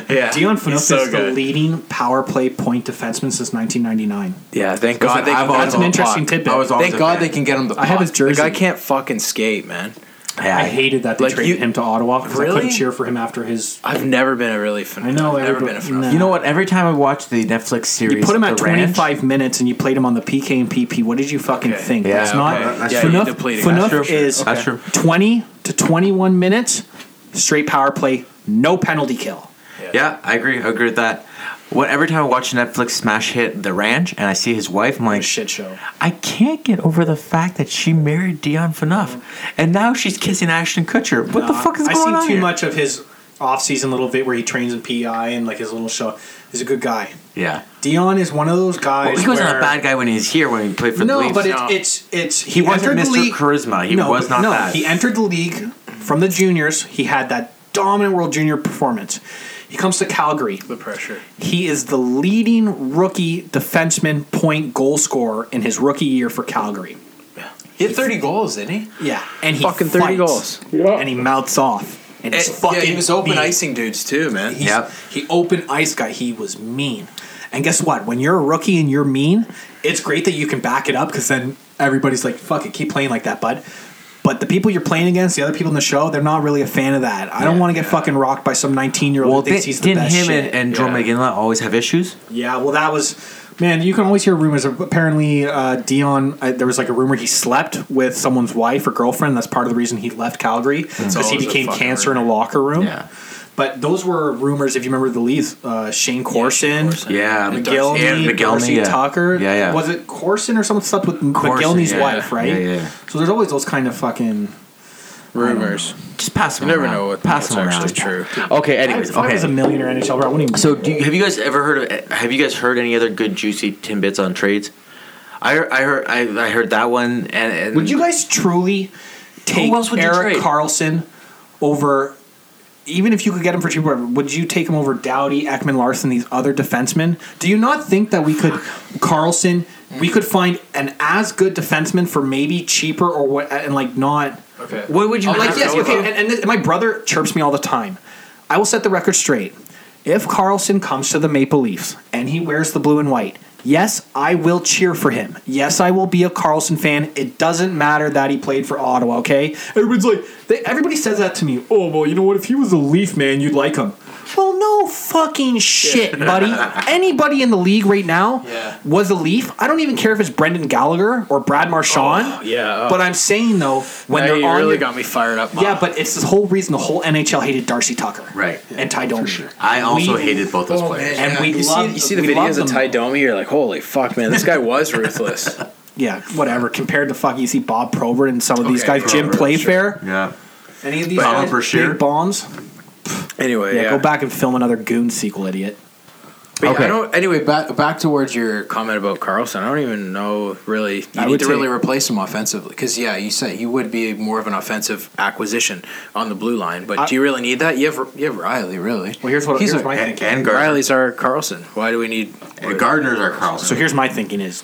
Speaker 5: yeah,
Speaker 2: Dion Phaneuf
Speaker 5: he's so
Speaker 2: is the
Speaker 5: good.
Speaker 2: leading power play point defenseman since 1999.
Speaker 5: Yeah, thank God.
Speaker 1: Listen,
Speaker 5: they
Speaker 1: I've
Speaker 5: can
Speaker 1: always
Speaker 2: That's an
Speaker 1: Oh,
Speaker 2: interesting tidbit.
Speaker 1: I was always
Speaker 5: Thank
Speaker 1: a
Speaker 5: God
Speaker 1: fan.
Speaker 5: they can get him the.
Speaker 2: I have his
Speaker 5: puck. The guy
Speaker 2: jersey.
Speaker 5: can't fucking skate, man.
Speaker 1: Yeah,
Speaker 2: I hated that they
Speaker 5: Like,
Speaker 2: traded
Speaker 5: you-
Speaker 2: him to Ottawa because I
Speaker 5: Really?
Speaker 2: couldn't cheer for him after his.
Speaker 5: I've never been a really fan.
Speaker 2: I know,
Speaker 5: I've never
Speaker 2: everybody-
Speaker 5: been a fan.
Speaker 2: no.
Speaker 1: You know what? Every time I watch the Netflix series,
Speaker 2: You put him at
Speaker 1: The Ranch,
Speaker 2: 25 minutes and you played him on the PK and PP. What did you fucking
Speaker 5: Okay.
Speaker 2: think?
Speaker 1: Yeah,
Speaker 2: That's not.
Speaker 1: okay.
Speaker 5: That's
Speaker 2: Phaneuf-
Speaker 5: true. Yeah, you depleted him.
Speaker 2: Phaneuf
Speaker 1: That's true.
Speaker 2: is
Speaker 1: That's true.
Speaker 2: 20 to 21 minutes, straight power play, no penalty kill.
Speaker 1: Yeah, I agree. I agree with that. What every time I watch Netflix smash hit The Ranch and I see his wife, I'm like,
Speaker 2: Shit show.
Speaker 1: I can't get over the fact that she married Dion Phaneuf, and now she's kissing Ashton Kutcher. What the
Speaker 2: Uh,
Speaker 1: fuck is
Speaker 2: Mm-hmm. I
Speaker 1: going
Speaker 2: seen
Speaker 1: on
Speaker 2: too
Speaker 1: here?
Speaker 2: much of his off-season little bit where he trains in PI and like his little show. He's a good guy.
Speaker 1: Yeah,
Speaker 2: Dion is one of those guys.
Speaker 1: he wasn't
Speaker 2: where-
Speaker 1: a bad guy when he was here when he played for the
Speaker 2: No,
Speaker 1: Leafs.
Speaker 2: but it's
Speaker 5: No.
Speaker 2: it's it's
Speaker 1: He wasn't
Speaker 2: entered the
Speaker 1: Mr.
Speaker 2: league-
Speaker 1: Charisma. He was not that.
Speaker 2: He entered the league from the juniors. He had that dominant World Junior performance. He comes to Calgary.
Speaker 5: The pressure.
Speaker 2: He is the leading rookie defenseman point goal scorer in his rookie year for Calgary.
Speaker 5: He had 30 goals, didn't he?
Speaker 2: Yeah, and he
Speaker 5: Fucking 30
Speaker 2: fights,
Speaker 5: goals.
Speaker 2: and he mouths off, and he's fucking.
Speaker 5: yeah, he was open
Speaker 2: mean.
Speaker 5: icing dudes too, man.
Speaker 2: He's,
Speaker 1: Yep.
Speaker 2: He open ice guy. He was mean. And guess what? When you're a rookie and you're mean, it's great that you can back it up because then everybody's like, "Fuck it, keep playing like that, bud." But the people you're playing against, the other people in the show, they're not really a fan of that. I don't want to get fucking rocked by some 19 year old
Speaker 1: well,
Speaker 2: who
Speaker 1: di-
Speaker 2: thinks he's the
Speaker 1: didn't
Speaker 2: best.
Speaker 1: him
Speaker 2: shit.
Speaker 1: and, and Joe
Speaker 5: Yeah.
Speaker 1: McGinley always have issues?
Speaker 2: yeah, well, that was man. You can always hear rumors. Apparently, uh, Dion, I, there was like a rumor he slept with someone's wife or girlfriend. That's part of the reason he left Calgary because he
Speaker 5: always a
Speaker 2: became
Speaker 5: fucking
Speaker 2: cancer in a locker room. But those were rumors. If you remember the Leafs, uh, Shane Corson,
Speaker 1: yeah,
Speaker 2: McGillney,
Speaker 1: Yeah, McGillney,
Speaker 2: Darcy
Speaker 1: yeah.
Speaker 2: Tucker.
Speaker 1: Yeah, yeah.
Speaker 2: Was it Corson or someone slept with
Speaker 1: Corson,
Speaker 2: McGillney's
Speaker 1: yeah.
Speaker 2: wife, right?
Speaker 1: Yeah, yeah.
Speaker 2: So there's always those kind of fucking.
Speaker 3: Rumors.
Speaker 8: Just pass
Speaker 3: You
Speaker 8: them.
Speaker 3: never
Speaker 8: around.
Speaker 3: know what
Speaker 8: pass
Speaker 3: what's
Speaker 8: them
Speaker 3: actually
Speaker 8: around.
Speaker 3: true.
Speaker 1: Okay.
Speaker 2: If
Speaker 1: Anyways,
Speaker 2: I was a
Speaker 1: okay.
Speaker 2: millionaire NHL, bro, I wouldn't even.
Speaker 1: So, do you, have you guys ever heard of? Have you guys heard any other good juicy tidbits on trades? I heard, I heard I, I heard that one and, and
Speaker 2: Would you guys truly take
Speaker 1: else would you
Speaker 2: Eric
Speaker 1: trade?
Speaker 2: Carlson over? Even if you could get him for cheaper, would you take him over Dowdy, Ekman Larson, these other defensemen? Do you not think that we could Carlson? We could find an as good defenseman for maybe cheaper or what, and like not.
Speaker 5: Okay.
Speaker 1: What would you
Speaker 2: Oh, like
Speaker 1: have
Speaker 2: yes,
Speaker 1: to-
Speaker 2: okay. And, and this- my brother chirps me all the time. I will set the record straight. If Carlson comes to the Maple Leafs and he wears the blue and white, yes, I will cheer for him. Yes, I will be a Carlson fan. It doesn't matter that he played for Ottawa. Okay, everybody's like, they, everybody says that to me. Oh well, you know what? If he was a Leaf man, you'd like him. Well, no fucking shit, buddy. Anybody in the league right now
Speaker 5: Yeah.
Speaker 2: was a Leaf. I don't even care if it's Brendan Gallagher or Brad Marchand.
Speaker 3: Oh,
Speaker 5: Oh,
Speaker 3: yeah.
Speaker 2: But I'm saying though, when
Speaker 3: Now
Speaker 2: they're
Speaker 3: you
Speaker 2: on
Speaker 3: really
Speaker 2: your-
Speaker 3: got me fired up. Mom.
Speaker 2: yeah, but it's the whole reason the whole NHL hated Darcy Tucker.
Speaker 1: Right.
Speaker 2: And Ty Domi.
Speaker 1: I also
Speaker 2: We- Oh,
Speaker 1: hated both those
Speaker 5: Oh,
Speaker 1: players.
Speaker 2: And we
Speaker 3: You see,
Speaker 2: loved-
Speaker 3: you see the
Speaker 2: we loved
Speaker 3: videos of
Speaker 2: them.
Speaker 3: Ty Domi, you're like, holy fuck, man, this guy was ruthless.
Speaker 2: Yeah, whatever. Compared to fuck, you see Bob Probert and some of these
Speaker 3: Okay,
Speaker 2: guys, Jim
Speaker 3: Probert,
Speaker 2: Playfair.
Speaker 1: Yeah.
Speaker 2: Any of these
Speaker 1: But-
Speaker 2: guys,
Speaker 1: Oliver Shear?
Speaker 2: big bombs.
Speaker 3: anyway,
Speaker 2: Yeah,
Speaker 3: yeah,
Speaker 2: go back and film another Goon sequel, idiot.
Speaker 3: But yeah,
Speaker 8: Okay.
Speaker 3: I don't.
Speaker 5: Anyway, back back towards your
Speaker 3: Your comment about Carlson, I don't even know really. You
Speaker 5: You
Speaker 3: need
Speaker 5: need to
Speaker 3: take-
Speaker 5: really replace him offensively because yeah, you said he would be more of an offensive acquisition on the blue line. But
Speaker 2: I-
Speaker 5: do you really need that? You have you have Riley really.
Speaker 2: Well, here's what
Speaker 5: He's
Speaker 2: here's
Speaker 5: a-
Speaker 2: my
Speaker 1: And,
Speaker 2: thinking.
Speaker 1: and Gardner.
Speaker 5: Riley's our Carlson. Why do we need?
Speaker 1: And Gardner's our Carlson.
Speaker 2: So here's my thinking is,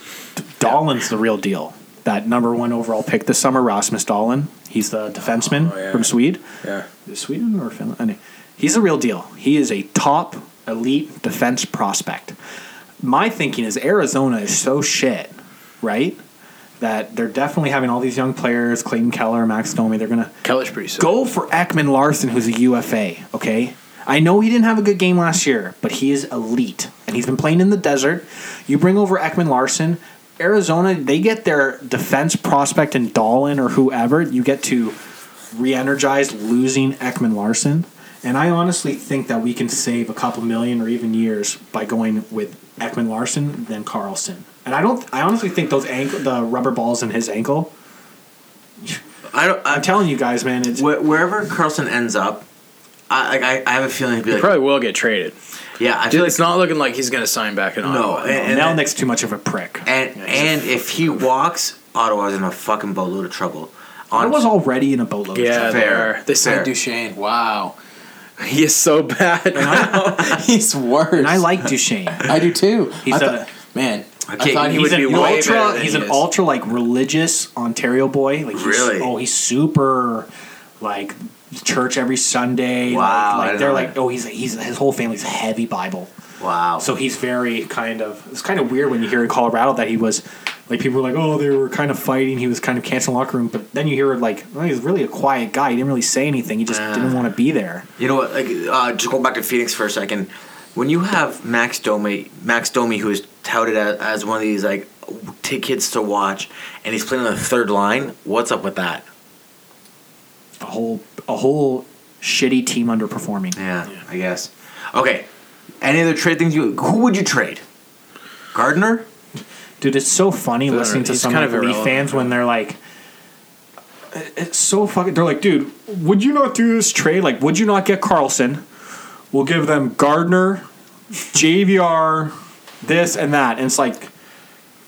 Speaker 2: Dolan's the real deal. That number one overall pick this summer, Rasmus Dahlin. He's the defenseman
Speaker 3: Oh, yeah.
Speaker 2: from Sweden.
Speaker 3: Yeah.
Speaker 2: Sweden or Finland? Any- He's a real deal. He is a top elite defense prospect. My thinking is Arizona is so shit, right? That they're definitely having all these young players, Clayton Keller, Max Domi. They're gonna
Speaker 5: Keller's pretty sick.
Speaker 2: go for Ekman Larson, who's a UFA. Okay, I know he didn't have a good game last year, but he is elite, and he's been playing in the desert. You bring over Ekman Larson, Arizona. They get their defense prospect in Dolan or whoever. You get to re-energize losing Ekman Larson, and I honestly think that we can save a couple million or even years by going with Ekman Larson than Carlson. And I don't. I honestly think those ankle, the rubber balls in his ankle.
Speaker 1: I don't. I,
Speaker 2: I'm telling you guys, man. It's,
Speaker 1: wh- wherever Carlson ends up, I, like, I I have a feeling he'd be like,
Speaker 3: probably will get traded.
Speaker 1: yeah. I feel
Speaker 3: Dude,
Speaker 1: like
Speaker 3: it's not looking like he's going to sign back in
Speaker 1: no.
Speaker 3: Ottawa.
Speaker 1: And, and,
Speaker 2: Melnick's too much of a prick.
Speaker 1: and, and if he walks, Ottawa's in a fucking boatload of trouble.
Speaker 2: I
Speaker 1: On
Speaker 2: was already in a boatload. of
Speaker 3: Yeah,
Speaker 2: trouble.
Speaker 3: they
Speaker 1: Fair.
Speaker 3: are. They
Speaker 5: Ted
Speaker 3: signed
Speaker 5: Duchesne. Wow,
Speaker 3: Duchesne. He is so bad.
Speaker 5: he's worse.
Speaker 2: and I like Duchesne.
Speaker 5: I do too.
Speaker 2: He's
Speaker 5: I
Speaker 2: a-
Speaker 5: thought, man.
Speaker 1: Okay,
Speaker 5: I thought he
Speaker 1: he's
Speaker 5: would
Speaker 2: He's
Speaker 5: be
Speaker 2: an
Speaker 5: way better
Speaker 2: ultra.
Speaker 5: than
Speaker 2: He's
Speaker 5: he
Speaker 2: an
Speaker 5: is.
Speaker 2: ultra like religious Ontario boy. Like he's,
Speaker 1: Really?
Speaker 2: Oh, he's super like church every Sunday.
Speaker 1: Wow,
Speaker 2: Like,
Speaker 1: I
Speaker 2: like they're
Speaker 1: know
Speaker 2: like
Speaker 1: that.
Speaker 2: oh he's he's his whole family's heavy Bible.
Speaker 1: wow.
Speaker 2: So he's very kind of. It's kind of weird when you hear in Colorado that he was like people were like oh they were kind of fighting. He was kind of canceling locker room, but then you hear like oh, he's really a quiet guy. He didn't really say anything. He just didn't want to be there.
Speaker 1: You know what? Like, uh, just going back to Phoenix for a second. When you have Max Domi, Max Domi, who is touted as, as one of these like t- kids to watch, and he's playing on the third line. What's up with that?
Speaker 2: A whole a whole shitty team underperforming.
Speaker 1: Yeah, I guess. Okay. Any other trade things you? Who would you trade? Gardner.
Speaker 2: Dude, it's so funny listening to
Speaker 3: he's
Speaker 2: some
Speaker 3: kind
Speaker 2: like
Speaker 3: of
Speaker 2: Leaf
Speaker 3: irrelevant.
Speaker 2: fans when they're like, it's so fucking. They're like, dude, would you not do this trade? Like, would you not get Carlson? We'll give them Gardner, JVR, this and that. And it's like,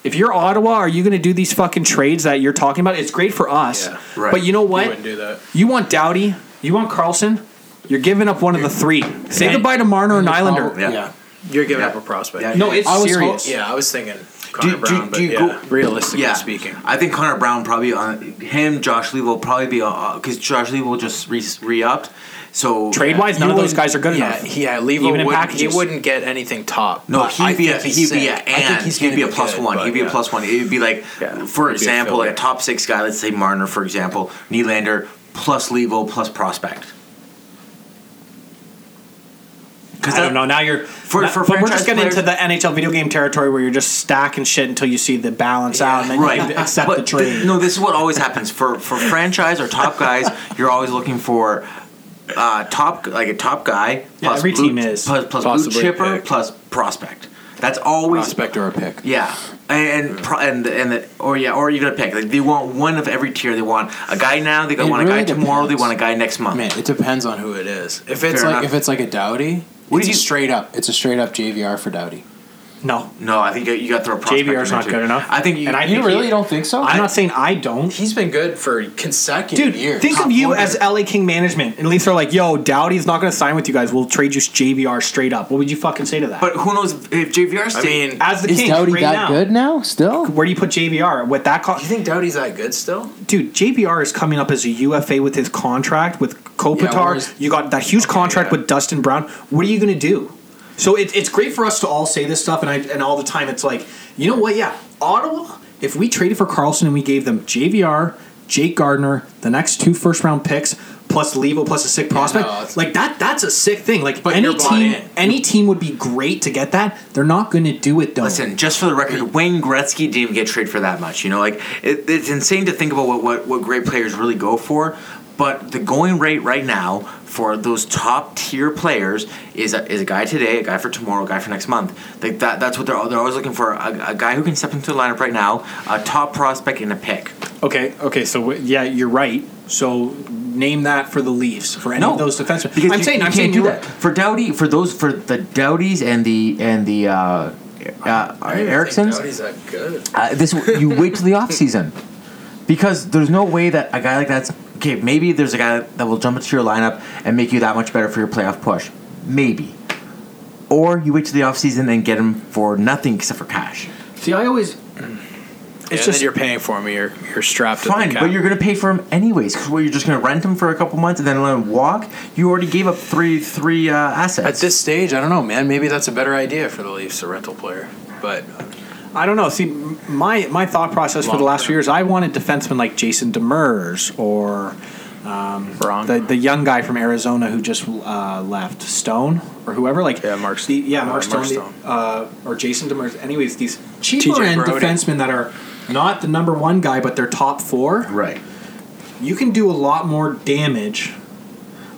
Speaker 2: if you're Ottawa, are you going to do these fucking trades that you're talking about? It's great for us,
Speaker 3: Yeah,
Speaker 1: right.
Speaker 2: but you know
Speaker 3: He
Speaker 2: what?
Speaker 3: wouldn't do that.
Speaker 2: You want Dowdy, you want Carlson. You're giving up one of the three. Say goodbye to Marner and Islander.
Speaker 1: Yeah.
Speaker 3: You're giving
Speaker 1: Yeah.
Speaker 3: up a prospect.
Speaker 1: Yeah.
Speaker 2: No, it's
Speaker 5: I was
Speaker 2: serious.
Speaker 5: ho- yeah, I was thinking
Speaker 1: Do-
Speaker 3: Connor
Speaker 1: do-
Speaker 3: Brown,
Speaker 1: do
Speaker 3: but
Speaker 1: you
Speaker 3: yeah,
Speaker 1: go-
Speaker 3: realistically
Speaker 1: Yeah,
Speaker 3: speaking,
Speaker 1: I think Connor Brown probably on him. Josh Lee will probably be because Josh Lee will just re re upped. So
Speaker 2: Trade wise, none
Speaker 1: You
Speaker 2: of those
Speaker 1: would-
Speaker 2: guys are good
Speaker 5: yeah,
Speaker 2: enough.
Speaker 5: yeah. Levo
Speaker 2: Even in
Speaker 5: wouldn't, he
Speaker 2: packages.
Speaker 5: wouldn't get anything top.
Speaker 1: No,
Speaker 5: but I
Speaker 1: he'd be a,
Speaker 5: think he's
Speaker 1: he'd be a
Speaker 5: sick. I think
Speaker 1: and
Speaker 5: he's
Speaker 1: he'd
Speaker 5: gonna
Speaker 1: be a
Speaker 5: be
Speaker 1: plus
Speaker 5: good,
Speaker 1: one.
Speaker 5: but
Speaker 1: He'd be a
Speaker 5: yeah.
Speaker 1: plus one. It'd be like,
Speaker 3: Yeah.
Speaker 1: for
Speaker 3: He'd be a
Speaker 1: example, like a
Speaker 3: filler.
Speaker 1: top six guy. Let's say Marner, for example, Nylander plus Levo plus prospect.
Speaker 2: I don't know. Now you're
Speaker 1: For-
Speaker 2: now-
Speaker 1: for
Speaker 2: but we're
Speaker 1: franchise
Speaker 2: just getting
Speaker 1: players-
Speaker 2: into the NHL video game territory where you're just stacking shit until you see the balance out, and then
Speaker 1: Right,
Speaker 2: you can accept
Speaker 1: But
Speaker 2: the trade.
Speaker 1: th- no, this is what always happens for for franchise or top guys. You're always looking for uh, top like a top guy.
Speaker 2: Yeah, every
Speaker 1: blue,
Speaker 2: team is.
Speaker 1: plus, plus blue
Speaker 3: Possibly
Speaker 1: chipper
Speaker 3: pick.
Speaker 1: plus prospect. That's always
Speaker 5: prospect or a pick.
Speaker 1: yeah.
Speaker 9: And and pro- and, and the, or yeah, or even a pick. Like they want one of every tier. They want a guy now. They
Speaker 5: It
Speaker 9: want a guy
Speaker 5: really
Speaker 9: tomorrow. They
Speaker 5: depends.
Speaker 9: want a guy next month.
Speaker 5: Man, it depends on who it is. If it's
Speaker 9: Fair
Speaker 5: like
Speaker 9: enough.
Speaker 5: if it's like a Dowdy,
Speaker 9: What
Speaker 5: it's
Speaker 9: do
Speaker 5: a
Speaker 9: you-
Speaker 5: straight up. It's a straight up JVR for Dowdy.
Speaker 2: No,
Speaker 9: No, I think you, you got to throw. a prospect
Speaker 2: JVR's
Speaker 9: in there
Speaker 2: not
Speaker 9: too.
Speaker 2: good enough.
Speaker 9: I think you.
Speaker 2: And I
Speaker 5: You
Speaker 2: think
Speaker 5: really
Speaker 2: he-
Speaker 5: don't think so?
Speaker 2: I'm not saying I don't.
Speaker 5: He's been good for consecutive
Speaker 2: Dude,
Speaker 5: years.
Speaker 2: think
Speaker 5: Top
Speaker 2: of you
Speaker 5: order.
Speaker 2: as LA King management, and Leafs are like, "Yo, Dowdy's not going to sign with you guys. We'll trade you JVR straight up." What would you fucking say to that?
Speaker 9: but who knows if JVR
Speaker 3: I
Speaker 9: stays?
Speaker 3: mean,
Speaker 2: as the
Speaker 5: is
Speaker 2: Kings
Speaker 5: Doughty
Speaker 2: right
Speaker 5: that
Speaker 2: now,
Speaker 5: good now? Still,
Speaker 2: where do you put JVR with that cost?
Speaker 5: you think Doughty's that good still?
Speaker 2: dude, JBR is coming up as a UFA with his contract with
Speaker 5: Yeah,
Speaker 2: Kopitar.
Speaker 5: whereas-
Speaker 2: you got that huge contract
Speaker 5: yeah.
Speaker 2: with Dustin Brown. What are you going to do? So it, it's great for us to all say this stuff, and I and all the time it's like, you know what? Yeah, Ottawa. If we traded for Carlson and we gave them JVR, Jake Gardner, the next two first round picks, plus Levo, plus a sick prospect,
Speaker 5: it's-
Speaker 2: like that. That's a sick thing. Like
Speaker 5: But
Speaker 2: any
Speaker 5: you're bought
Speaker 2: team,
Speaker 5: in.
Speaker 2: any team would be great to get that. They're not going to do it though.
Speaker 9: Listen, just for the record, Wayne Gretzky didn't even get traded for that much. You know, like it, it's insane to think about what, what what great players really go for. But the going rate right now for those top tier players is a, is a guy today, a guy for tomorrow, a guy for next month. Like that, that's what they're al- they're always looking for a, a guy who can step into the lineup right now, a top prospect and a pick.
Speaker 2: Okay, okay, so w- yeah, you're right. So name that for the Leafs for any
Speaker 9: No,
Speaker 2: of those defensemen.
Speaker 9: Because
Speaker 2: I'm
Speaker 9: you-
Speaker 2: saying,
Speaker 9: you
Speaker 2: I'm
Speaker 9: can't
Speaker 2: saying
Speaker 9: do
Speaker 2: you're
Speaker 9: that for Dowdy for those for the Dowdies and the and the uh, uh, Ericssons.
Speaker 5: Doughty's that good.
Speaker 1: Uh, this you wait till the off season because there's no way that a guy like that's okay. Maybe there's a guy that will jump into your lineup and make you that much better for your playoff push. Maybe, or you wait till the off season and get him for nothing except for cash.
Speaker 3: see, I always. It's
Speaker 5: It's
Speaker 3: just
Speaker 5: just-
Speaker 3: you're paying for me. You're you're strapped. to
Speaker 1: Fine,
Speaker 3: the cap.
Speaker 1: but you're gonna pay for him anyways. Because you're just gonna rent him for a couple months and then let him walk. You already gave up three three uh, assets.
Speaker 5: At this stage, I don't know, man. Maybe that's a better idea for the Leafs, a rental player. But
Speaker 2: I don't know. See, m- my my thought process for the last few years, I wanted defensemen like Jason Demers or um,
Speaker 5: Wrong.
Speaker 2: the the young guy from Arizona who just uh, left Stone or whoever. Like
Speaker 5: Yeah, Mark-
Speaker 2: the, yeah,
Speaker 5: uh,
Speaker 2: Mark Stone,
Speaker 5: Mark
Speaker 2: the-
Speaker 5: Stone.
Speaker 2: uh, or Jason Demers. Anyways, these cheaper
Speaker 5: TJ
Speaker 2: end
Speaker 5: Brody.
Speaker 2: defensemen that are not the number one guy, but they're top four.
Speaker 1: right.
Speaker 2: you can do a lot more damage.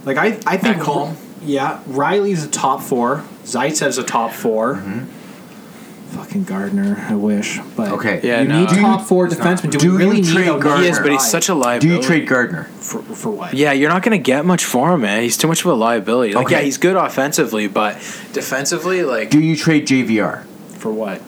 Speaker 2: Like I, I think
Speaker 5: Back home.
Speaker 2: Yeah, Riley's a top four. Zaitsev's a top 4
Speaker 5: Mm-hmm.
Speaker 2: Fucking Gardner, I wish. But
Speaker 1: Okay.
Speaker 5: Yeah,
Speaker 2: you
Speaker 5: no.
Speaker 2: need
Speaker 5: Do you-
Speaker 2: top four defensemen. Do,
Speaker 1: Do
Speaker 2: we
Speaker 1: you
Speaker 2: really need
Speaker 1: trade
Speaker 2: a
Speaker 1: Gardner?
Speaker 2: guy?
Speaker 1: He
Speaker 5: yes, but he's such a
Speaker 1: Do
Speaker 5: liability.
Speaker 1: you trade Gardner?
Speaker 2: for, for what?
Speaker 5: Yeah, you're not going to get much for him, man. He's too much of a liability. Like,
Speaker 1: Okay.
Speaker 5: yeah, he's good offensively, but defensively, like,
Speaker 1: Do you trade JVR?
Speaker 2: For what?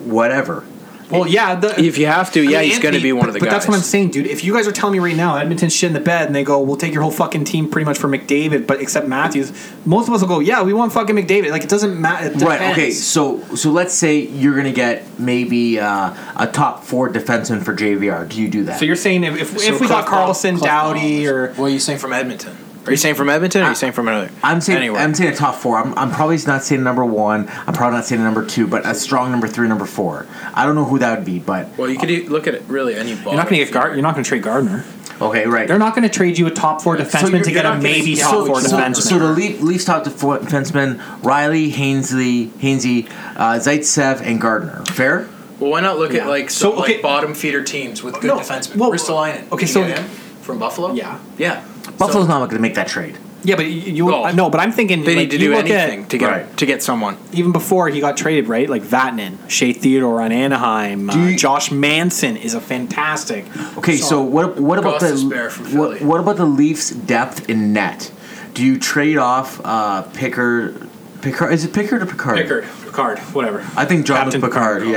Speaker 1: Whatever.
Speaker 2: Well, yeah. The,
Speaker 5: if you have to, yeah,
Speaker 2: I mean,
Speaker 5: he's going to
Speaker 2: Anthony,
Speaker 5: be one of
Speaker 2: but-
Speaker 5: the
Speaker 2: But
Speaker 5: guys.
Speaker 2: that's what I'm saying, dude. If you guys are telling me right now, Edmonton's shit in the bed, and they go, "We'll take your whole fucking team, pretty much for McDavid," but except Matthews, most of us will go, "Yeah, we want fucking McDavid." Like it doesn't matter.
Speaker 1: Right. Okay. So so let's say you're gonna get maybe uh, a top four defenseman for JVR. Do you do that?
Speaker 2: So you're saying if, if,
Speaker 5: So
Speaker 2: if we got
Speaker 5: Cliff Ball-
Speaker 2: Carlson,
Speaker 5: Cliff
Speaker 2: Dowdy,
Speaker 5: Ball.
Speaker 2: or
Speaker 5: What are you saying from Edmonton? Are you saying from Edmonton? Or are you saying from another?
Speaker 1: I'm saying
Speaker 5: Anywhere.
Speaker 1: I'm saying a top four. I'm, I'm probably not saying number one. I'm probably not saying number two, but a strong number three, number four. I don't know who that would be, but
Speaker 5: well, you could e- look at it really any ball.
Speaker 2: you're not going to get Gar- you're not going to trade Gardner.
Speaker 1: okay, right.
Speaker 2: They're not going to trade you a top four defenseman
Speaker 1: you're-
Speaker 2: to
Speaker 1: you're
Speaker 2: get a
Speaker 1: not
Speaker 2: maybe
Speaker 1: getting-
Speaker 2: top
Speaker 1: so-
Speaker 2: four
Speaker 1: so,
Speaker 2: defenseman.
Speaker 1: So the Leaf, Leafs top four defensemen: Riley, Hainsley, Hainsey, uh, Zaitsev, and Gardner. Fair.
Speaker 5: Well, why not look
Speaker 2: Yeah.
Speaker 5: at like
Speaker 2: So,
Speaker 5: so,
Speaker 2: okay.
Speaker 5: like bottom feeder teams with good
Speaker 2: No,
Speaker 5: defensemen?
Speaker 2: well,
Speaker 5: Ristolainen.
Speaker 2: okay,
Speaker 5: You
Speaker 2: so-
Speaker 5: get him from Buffalo.
Speaker 2: yeah,
Speaker 5: yeah.
Speaker 1: Buffalo's not going to make that trade.
Speaker 2: yeah, but you, you
Speaker 5: Well,
Speaker 2: no, but I'm thinking like,
Speaker 5: They need to
Speaker 2: you
Speaker 5: do
Speaker 2: look at-
Speaker 5: anything to get
Speaker 1: Right.
Speaker 5: to get someone.
Speaker 2: even before he got traded, right? Like Vatanen, Shea Theodore on Anaheim, uh,
Speaker 1: Do you-
Speaker 2: Josh Manson is a fantastic.
Speaker 1: Okay, so, what what about the
Speaker 5: Augustus Bear from
Speaker 1: what,
Speaker 5: Philly.
Speaker 1: what about the Leafs' depth in net? Do you trade off uh, Picker? Pickard is it Pickard or Picard?
Speaker 2: Pickard,
Speaker 5: Oh,
Speaker 2: Picard, whatever.
Speaker 1: I think Jonathan
Speaker 2: Captain
Speaker 1: Picard.
Speaker 2: Picard,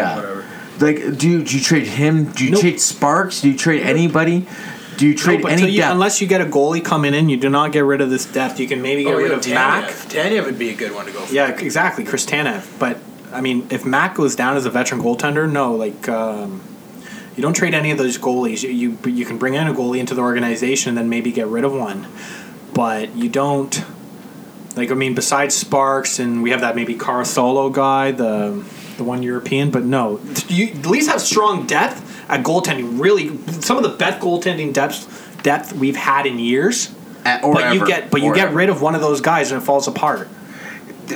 Speaker 1: yeah. Like, do you, do you trade him? Do you
Speaker 2: Nope.
Speaker 1: trade Sparks? Do you trade anybody? Do you
Speaker 2: No,
Speaker 1: trade
Speaker 2: but till
Speaker 1: any
Speaker 2: you,
Speaker 1: depth?
Speaker 2: unless you get a goalie coming in, you do not get rid of this depth. Oh, You can maybe get rid of Mac.
Speaker 5: Tanev would be a good one to go for.
Speaker 2: Yeah, exactly, Chris Tanev. But I mean, if Mac goes down as a veteran goaltender, no, like um, you don't trade any of those goalies. You, you you can bring in a goalie into the organization and then maybe get rid of one, but you don't. Like I mean, besides Sparks and we have that maybe Car Solo guy, the the one European, but no, you at least have strong depth at goaltending. Really, some of the best goaltending depth depth we've had in years.
Speaker 1: At- or
Speaker 2: but you
Speaker 1: ever.
Speaker 2: get but you
Speaker 1: Or
Speaker 2: get
Speaker 1: ever.
Speaker 2: rid of one of those guys and it falls apart.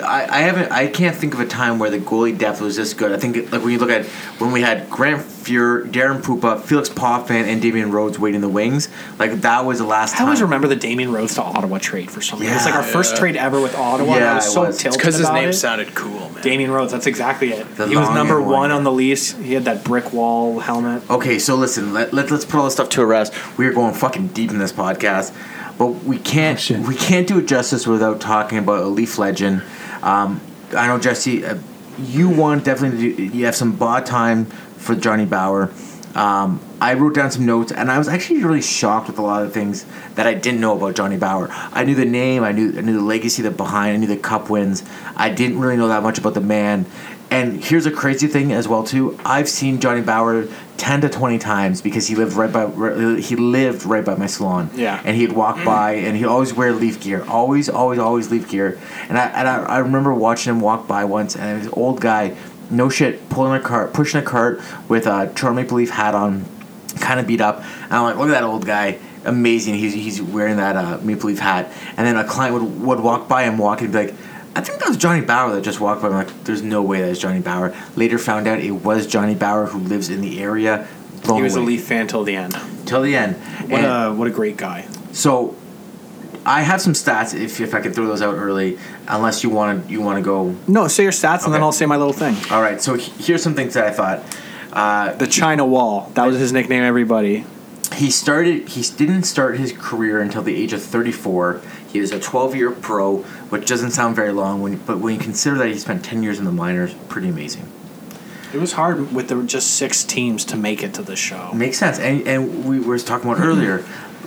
Speaker 1: I, I haven't. I can't think of a time where the goalie depth was this good. I think like when you look at when we had Grant Fuhr, Darren Pupa, Felix Poffin, and Damian Rhodes waiting in the wings. Like that was the last
Speaker 2: I
Speaker 1: time.
Speaker 2: always remember the Damien Rhodes to Ottawa trade for some reason. It was like our first trade ever with Ottawa. and
Speaker 1: Yeah,
Speaker 2: I was
Speaker 1: it
Speaker 2: so
Speaker 1: was. It's
Speaker 2: tilted
Speaker 3: because his
Speaker 2: about
Speaker 3: name
Speaker 2: it.
Speaker 3: sounded cool, man.
Speaker 2: Damien Rhodes. That's exactly it.
Speaker 1: The
Speaker 2: he was
Speaker 1: long
Speaker 2: number
Speaker 1: and
Speaker 2: one,
Speaker 1: wide.
Speaker 2: on the Leafs. He had that brick wall helmet.
Speaker 1: Okay, so listen, let, let, let's put all this stuff to a rest. We are going fucking deep in this podcast, but we can't
Speaker 5: shit.
Speaker 1: we can't do it justice without talking about a Leaf legend. Um, I know Jesse, uh, you want definitely to do, you have some bod time for Johnny Bauer. Um, I wrote down some notes, and I was actually really shocked with a lot of things that I didn't know about Johnny Bauer. I knew the name, I knew I knew the legacy that behind, I knew the Cup wins. I didn't really know that much about the man. And here's a crazy thing as well too. I've seen Johnny Bauer ten to twenty times because he lived right by right- he lived right by my salon.
Speaker 2: Yeah.
Speaker 1: And he'd
Speaker 2: Mm.
Speaker 1: walk by and he'd always wear leaf gear. Always, always, always leaf gear. And I and I, I remember watching him walk by once and this old guy, no shit, pulling a cart, pushing a cart with a Toronto Maple Leaf hat on, kind of beat up. And I'm like, look at that old guy. Amazing. He's, he's wearing that uh, Maple Leaf hat. And then a client would, would walk by him walking and be like, I think that was Johnny Bauer that just walked by. I'm like, there's no way that's Johnny Bauer. Later found out it was Johnny Bauer who lives in the area. Blown
Speaker 2: He was a
Speaker 1: away.
Speaker 2: Leaf fan till the end.
Speaker 1: Till the end.
Speaker 2: What
Speaker 1: And-
Speaker 2: a what a great guy.
Speaker 1: so I have some stats if, if I can throw those out early, unless you want to you want to go.
Speaker 2: No, say your stats and then
Speaker 1: Okay.
Speaker 2: I'll say my little thing.
Speaker 1: All right. So he- here's some things that I thought. Uh,
Speaker 2: The China Wall. That was his nickname. Everybody.
Speaker 1: he started. He didn't start his career until the age of 34. He was a 12-year pro, which doesn't sound very long. When but when you consider that he spent 10 years in the minors, pretty amazing.
Speaker 2: It was hard with the just six teams to make it to the show.
Speaker 1: Makes sense. And and we were talking about earlier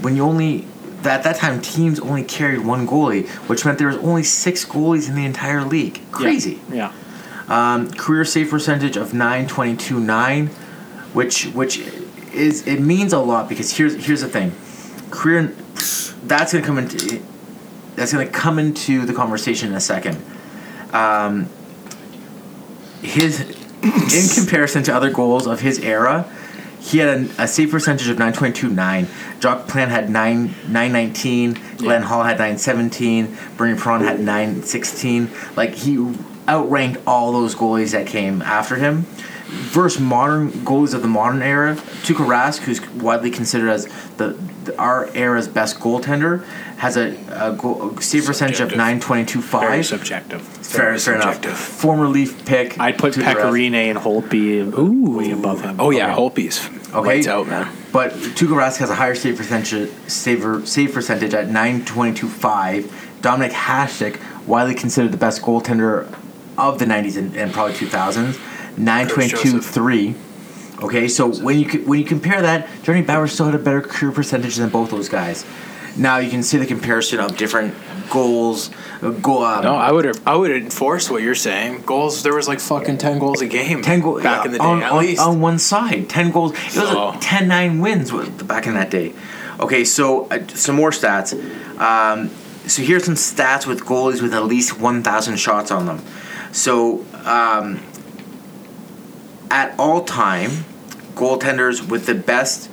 Speaker 1: when you only. At that time, teams only carried one goalie, which meant there was only six goalies in the entire league. Crazy.
Speaker 2: Yeah.
Speaker 1: Um, career save percentage of nine twenty two nine, which which is it means a lot because here's here's the thing, career that's gonna come into that's gonna come into the conversation in a second. Um, his in comparison to other goals of his era, he had a, a save percentage of nine twenty two nine. Jock Plan had nine nine nineteen. Glenn Hall had nine seventeen. Bernie Prawn had nine sixteen. Like he outranked all those goalies that came after him. Versus modern goalies of the modern era, Tuukka Rask, who's widely considered as the, the our era's best goaltender, has a, a, goal, a save percentage of
Speaker 3: Subjective.
Speaker 1: nine twenty two
Speaker 2: Very
Speaker 1: five.
Speaker 2: subjective.
Speaker 1: Fair, fair enough.
Speaker 3: subjective.
Speaker 1: Former Leaf pick.
Speaker 2: I'd put
Speaker 1: Tuukka Rask.
Speaker 2: Pecorine and Holtby Ooh. way above him.
Speaker 3: Oh yeah, Holpe's
Speaker 1: Okay.
Speaker 3: lights out, man.
Speaker 1: But Tuukka Rask has a higher save percentage, saver, save percentage at 9.225. Dominic Hasek, widely considered the best goaltender of the 90s and, and probably 2000s, 9.223. Okay, so when you co- when you compare that, Johnny Bauer still had a better career percentage than both those guys. Now you can see the comparison of different goals. uh, Goal, um,
Speaker 3: No, I would I would enforce what you're saying. Goals, there was like fucking ten goals a game.
Speaker 1: Ten goals
Speaker 3: back in the day,
Speaker 1: on,
Speaker 3: at
Speaker 1: on-
Speaker 3: least.
Speaker 1: on one side. Ten goals. It was
Speaker 3: So-
Speaker 1: like 10 9 wins with- back in that day. Okay, so uh, some more stats. Um, so here's some stats with goalies with at least 1,000 shots on them. So um, at all time, goaltenders with the best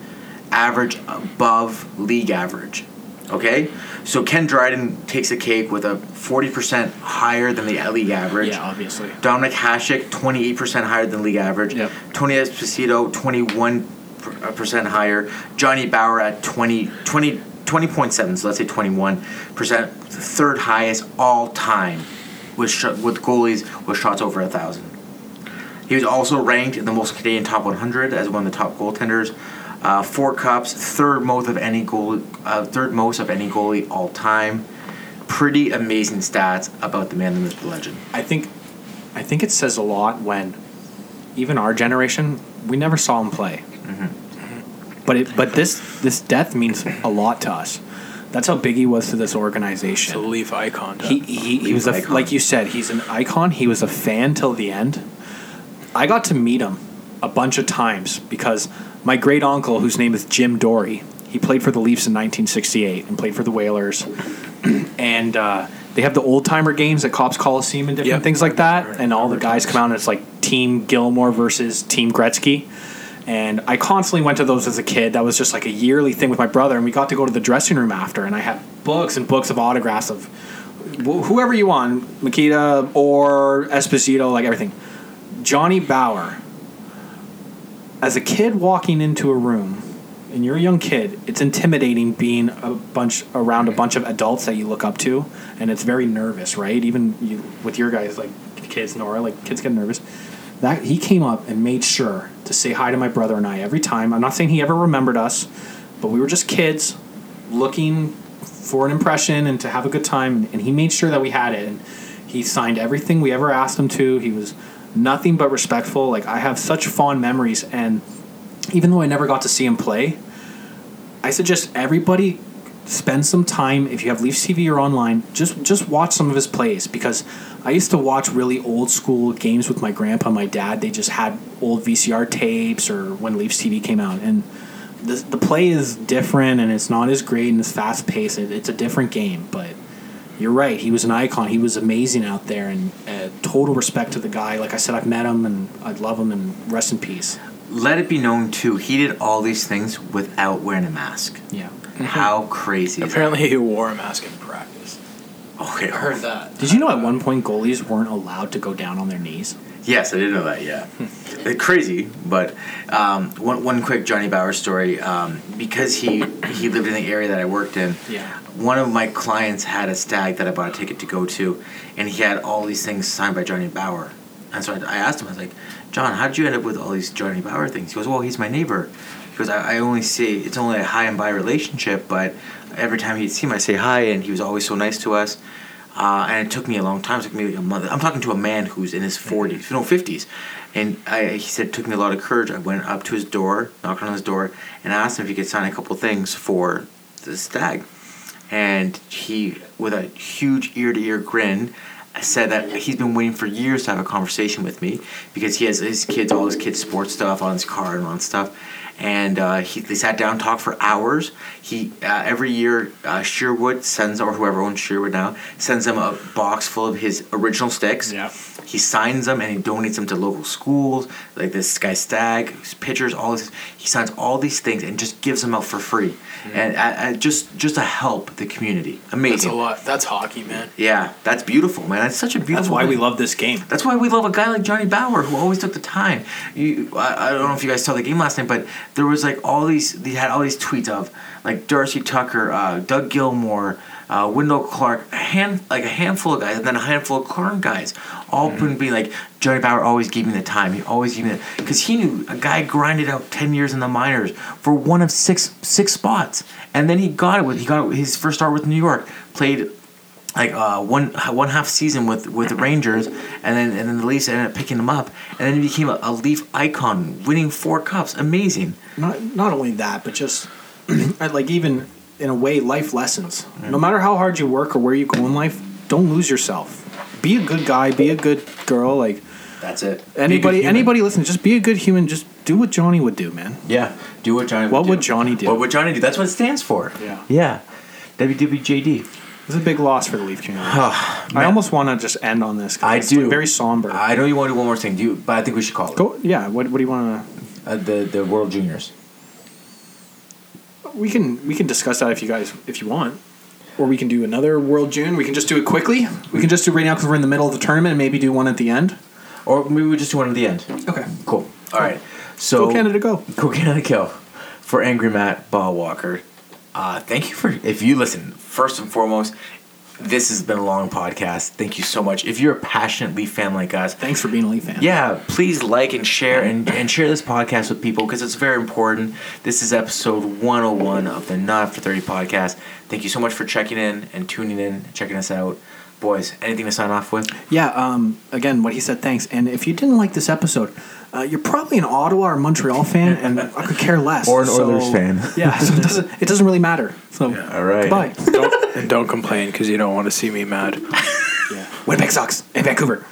Speaker 1: average above league average. Okay, so Ken Dryden takes a cake with a 40% higher than the league average.
Speaker 2: Yeah, obviously.
Speaker 1: Dominic Hasek, 28% higher than league average.
Speaker 2: Yep.
Speaker 1: Tony Esposito, 21% higher. Johnny Bauer at 20, 20, 20.7, so let's say 21%, third highest all time with, sh- with goalies with shots over 1,000. He was also ranked in the most Canadian top 100 as one of the top goaltenders. Uh, four cups, third most of any goal, uh, third most of any goalie all time. Pretty amazing stats about the man, the myth, the legend.
Speaker 2: I think I think it says a lot when even our generation we never saw him play. But it but this this death means a lot to us. That's how big he was to this organization.
Speaker 3: the Leaf icon.
Speaker 2: He he, he was a,
Speaker 1: icon.
Speaker 2: like you said he's an icon. He was a fan till the end. I got to meet him a bunch of times because my great uncle, whose name is Jim Dory, he played for the Leafs in 1968 and played for the Whalers, and uh, they have the old timer games at Cops Coliseum and different
Speaker 3: Yep.
Speaker 2: things like that. And all the guys come out and it's like Team Gilmore versus Team Gretzky. And I constantly went to those as a kid. That was just like a yearly thing with my brother, and we got to go to the dressing room after. And I had books and books of autographs of wh- whoever you want, Makita or Esposito, like everything. Johnny Bauer, as a kid walking into a room and you're a young kid, it's intimidating being a bunch around a bunch of adults that you look up to, and it's very nervous, right? Even you, with your guys, like kids, Nora, like kids get nervous. That he came up and made sure to say hi to my brother and I every time. I'm not saying he ever remembered us, but we were just kids looking for an impression and to have a good time, and he made sure that we had it. And he signed everything we ever asked him to. He was nothing but respectful. Like I have such fond memories and even though I never got to see him play, I suggest everybody spend some time if you have Leafs TV or online, just just watch some of his plays because I used to watch really old school games with my grandpa, and my dad. They just had old VCR tapes or when Leafs TV came out, and the the play is different and it's not as great and it's fast paced. It, it's a different game, but. You're right. He was an icon. He was amazing out there, and uh, total respect to the guy. Like I said, I've met him, and I love him, and rest in peace.
Speaker 1: Let it be known too, he did all these things without wearing a mask.
Speaker 2: Yeah.
Speaker 1: How crazy! Is
Speaker 3: Mm-hmm. Apparently, he wore a mask in practice.
Speaker 1: that? okay.
Speaker 3: I heard that.
Speaker 2: Did you know at one point goalies weren't allowed to go down on their knees?
Speaker 1: Yes, I did know that. Yeah, Uh, crazy. But um, one one quick Johnny Bauer story um, because he he lived in the area that I worked in.
Speaker 2: Yeah.
Speaker 1: One of my clients had a stag that I bought a ticket to go to, and he had all these things signed by Johnny Bauer. And so I, I asked him, I was like, John, how did you end up with all these Johnny Bauer things? He goes, Well, he's my neighbor. Because I, I only see it's only a high and by relationship, but every time he'd see him, I say hi, and he was always so nice to us. Uh, and it took me a long time. It took me a month. I'm talking to a man who's in his 40s, no 50s, and I, he said it took me a lot of courage. I went up to his door, knocked on his door, and asked him if he could sign a couple things for the stag. And he, with a huge ear to ear grin, said that he's been waiting for years to have a conversation with me because he has his kids, all his kids' sports stuff on his car and on stuff. And uh, he, they sat down, talked for hours. He uh, every year, uh, Sherwood sends or whoever owns Sherwood now sends him a box full of his original sticks.
Speaker 2: Yeah.
Speaker 1: He signs them and he donates them to local schools, like this guy Stag, his pictures, all this. He signs all these things and just gives them out for free, and I, I just just to help the community.
Speaker 3: That's
Speaker 1: Amazing.
Speaker 3: a lot. That's hockey, man.
Speaker 1: Yeah, that's beautiful, man. That's such a beautiful.
Speaker 2: That's why we
Speaker 1: thing.
Speaker 2: love this game.
Speaker 1: That's why we love a guy like Johnny Bauer who always took the time. You, I, I don't know if you guys saw the game last night, but there was like all these. They had all these tweets of like Darcy Tucker, uh, Doug Gilmore, uh, Wendell Clark, a hand like a handful of guys, and then a handful of current guys, all mm being like Johnny Bauer always gave me the time. He always gave me the because he knew a guy grinded out ten years in the minors for one of six six spots, and then he got it with he got it, with- his first start with New York. Played like uh, one one half season with with the Rangers, and then and then the Leafs ended up picking him up, and then he became a, a Leaf icon, winning four cups. Amazing.
Speaker 2: Not not only that, but just I like even in a way, life lessons. No matter how hard you work or where you go in life, don't lose yourself. Be a good guy. Be a good girl. Like
Speaker 1: That's it.
Speaker 2: anybody, anybody, listen. Just be a good human. Just do what Johnny would do, man.
Speaker 10: Yeah, do what Johnny.
Speaker 2: What
Speaker 10: do.
Speaker 2: would Johnny do?
Speaker 10: What would Johnny do? That's what it stands for.
Speaker 2: Yeah.
Speaker 10: Yeah. WWJD.
Speaker 2: It's a big loss for the Leaf community. I almost want to just end on this. 'cause
Speaker 10: I
Speaker 2: it's, like,
Speaker 10: do.
Speaker 2: very somber.
Speaker 10: I know you want to do one more thing, do you? But I think we should call it
Speaker 2: go. Yeah. What, what do you want
Speaker 10: Uh, the the World Juniors.
Speaker 2: to? We can we can discuss that if you guys if you want. Or we can do another World June. We can just do it quickly. We can just do it right now because we're in the middle of the tournament and maybe do one at the end.
Speaker 10: Or maybe we just do one at the end.
Speaker 2: Okay.
Speaker 10: Cool. All right. So
Speaker 2: Go Canada, go.
Speaker 10: Go Canada Go. For Angry Matt Ball Walker. Uh, thank you for if you listen, first and foremost, this has been a long podcast. Thank you so much. If you're a passionate Leaf fan like us,
Speaker 2: Thanks for being a Leaf fan.
Speaker 10: yeah, please like and share and, and share this podcast with people because it's very important. This is episode 101 of the Not After 30 podcast. Thank you so much for checking in and tuning in, checking us out. Boys, anything to sign off with?
Speaker 2: Yeah. Um, again, what he said. Thanks. And if you didn't like this episode, uh, you're probably an Ottawa or Montreal fan, and I could care less.
Speaker 10: Or an Oilers fan.
Speaker 2: Yeah. So it doesn't it doesn't really matter. So
Speaker 10: All right.
Speaker 2: goodbye.
Speaker 3: Don't, and don't complain because you don't want to see me mad.
Speaker 2: Winnipeg Sox and Vancouver.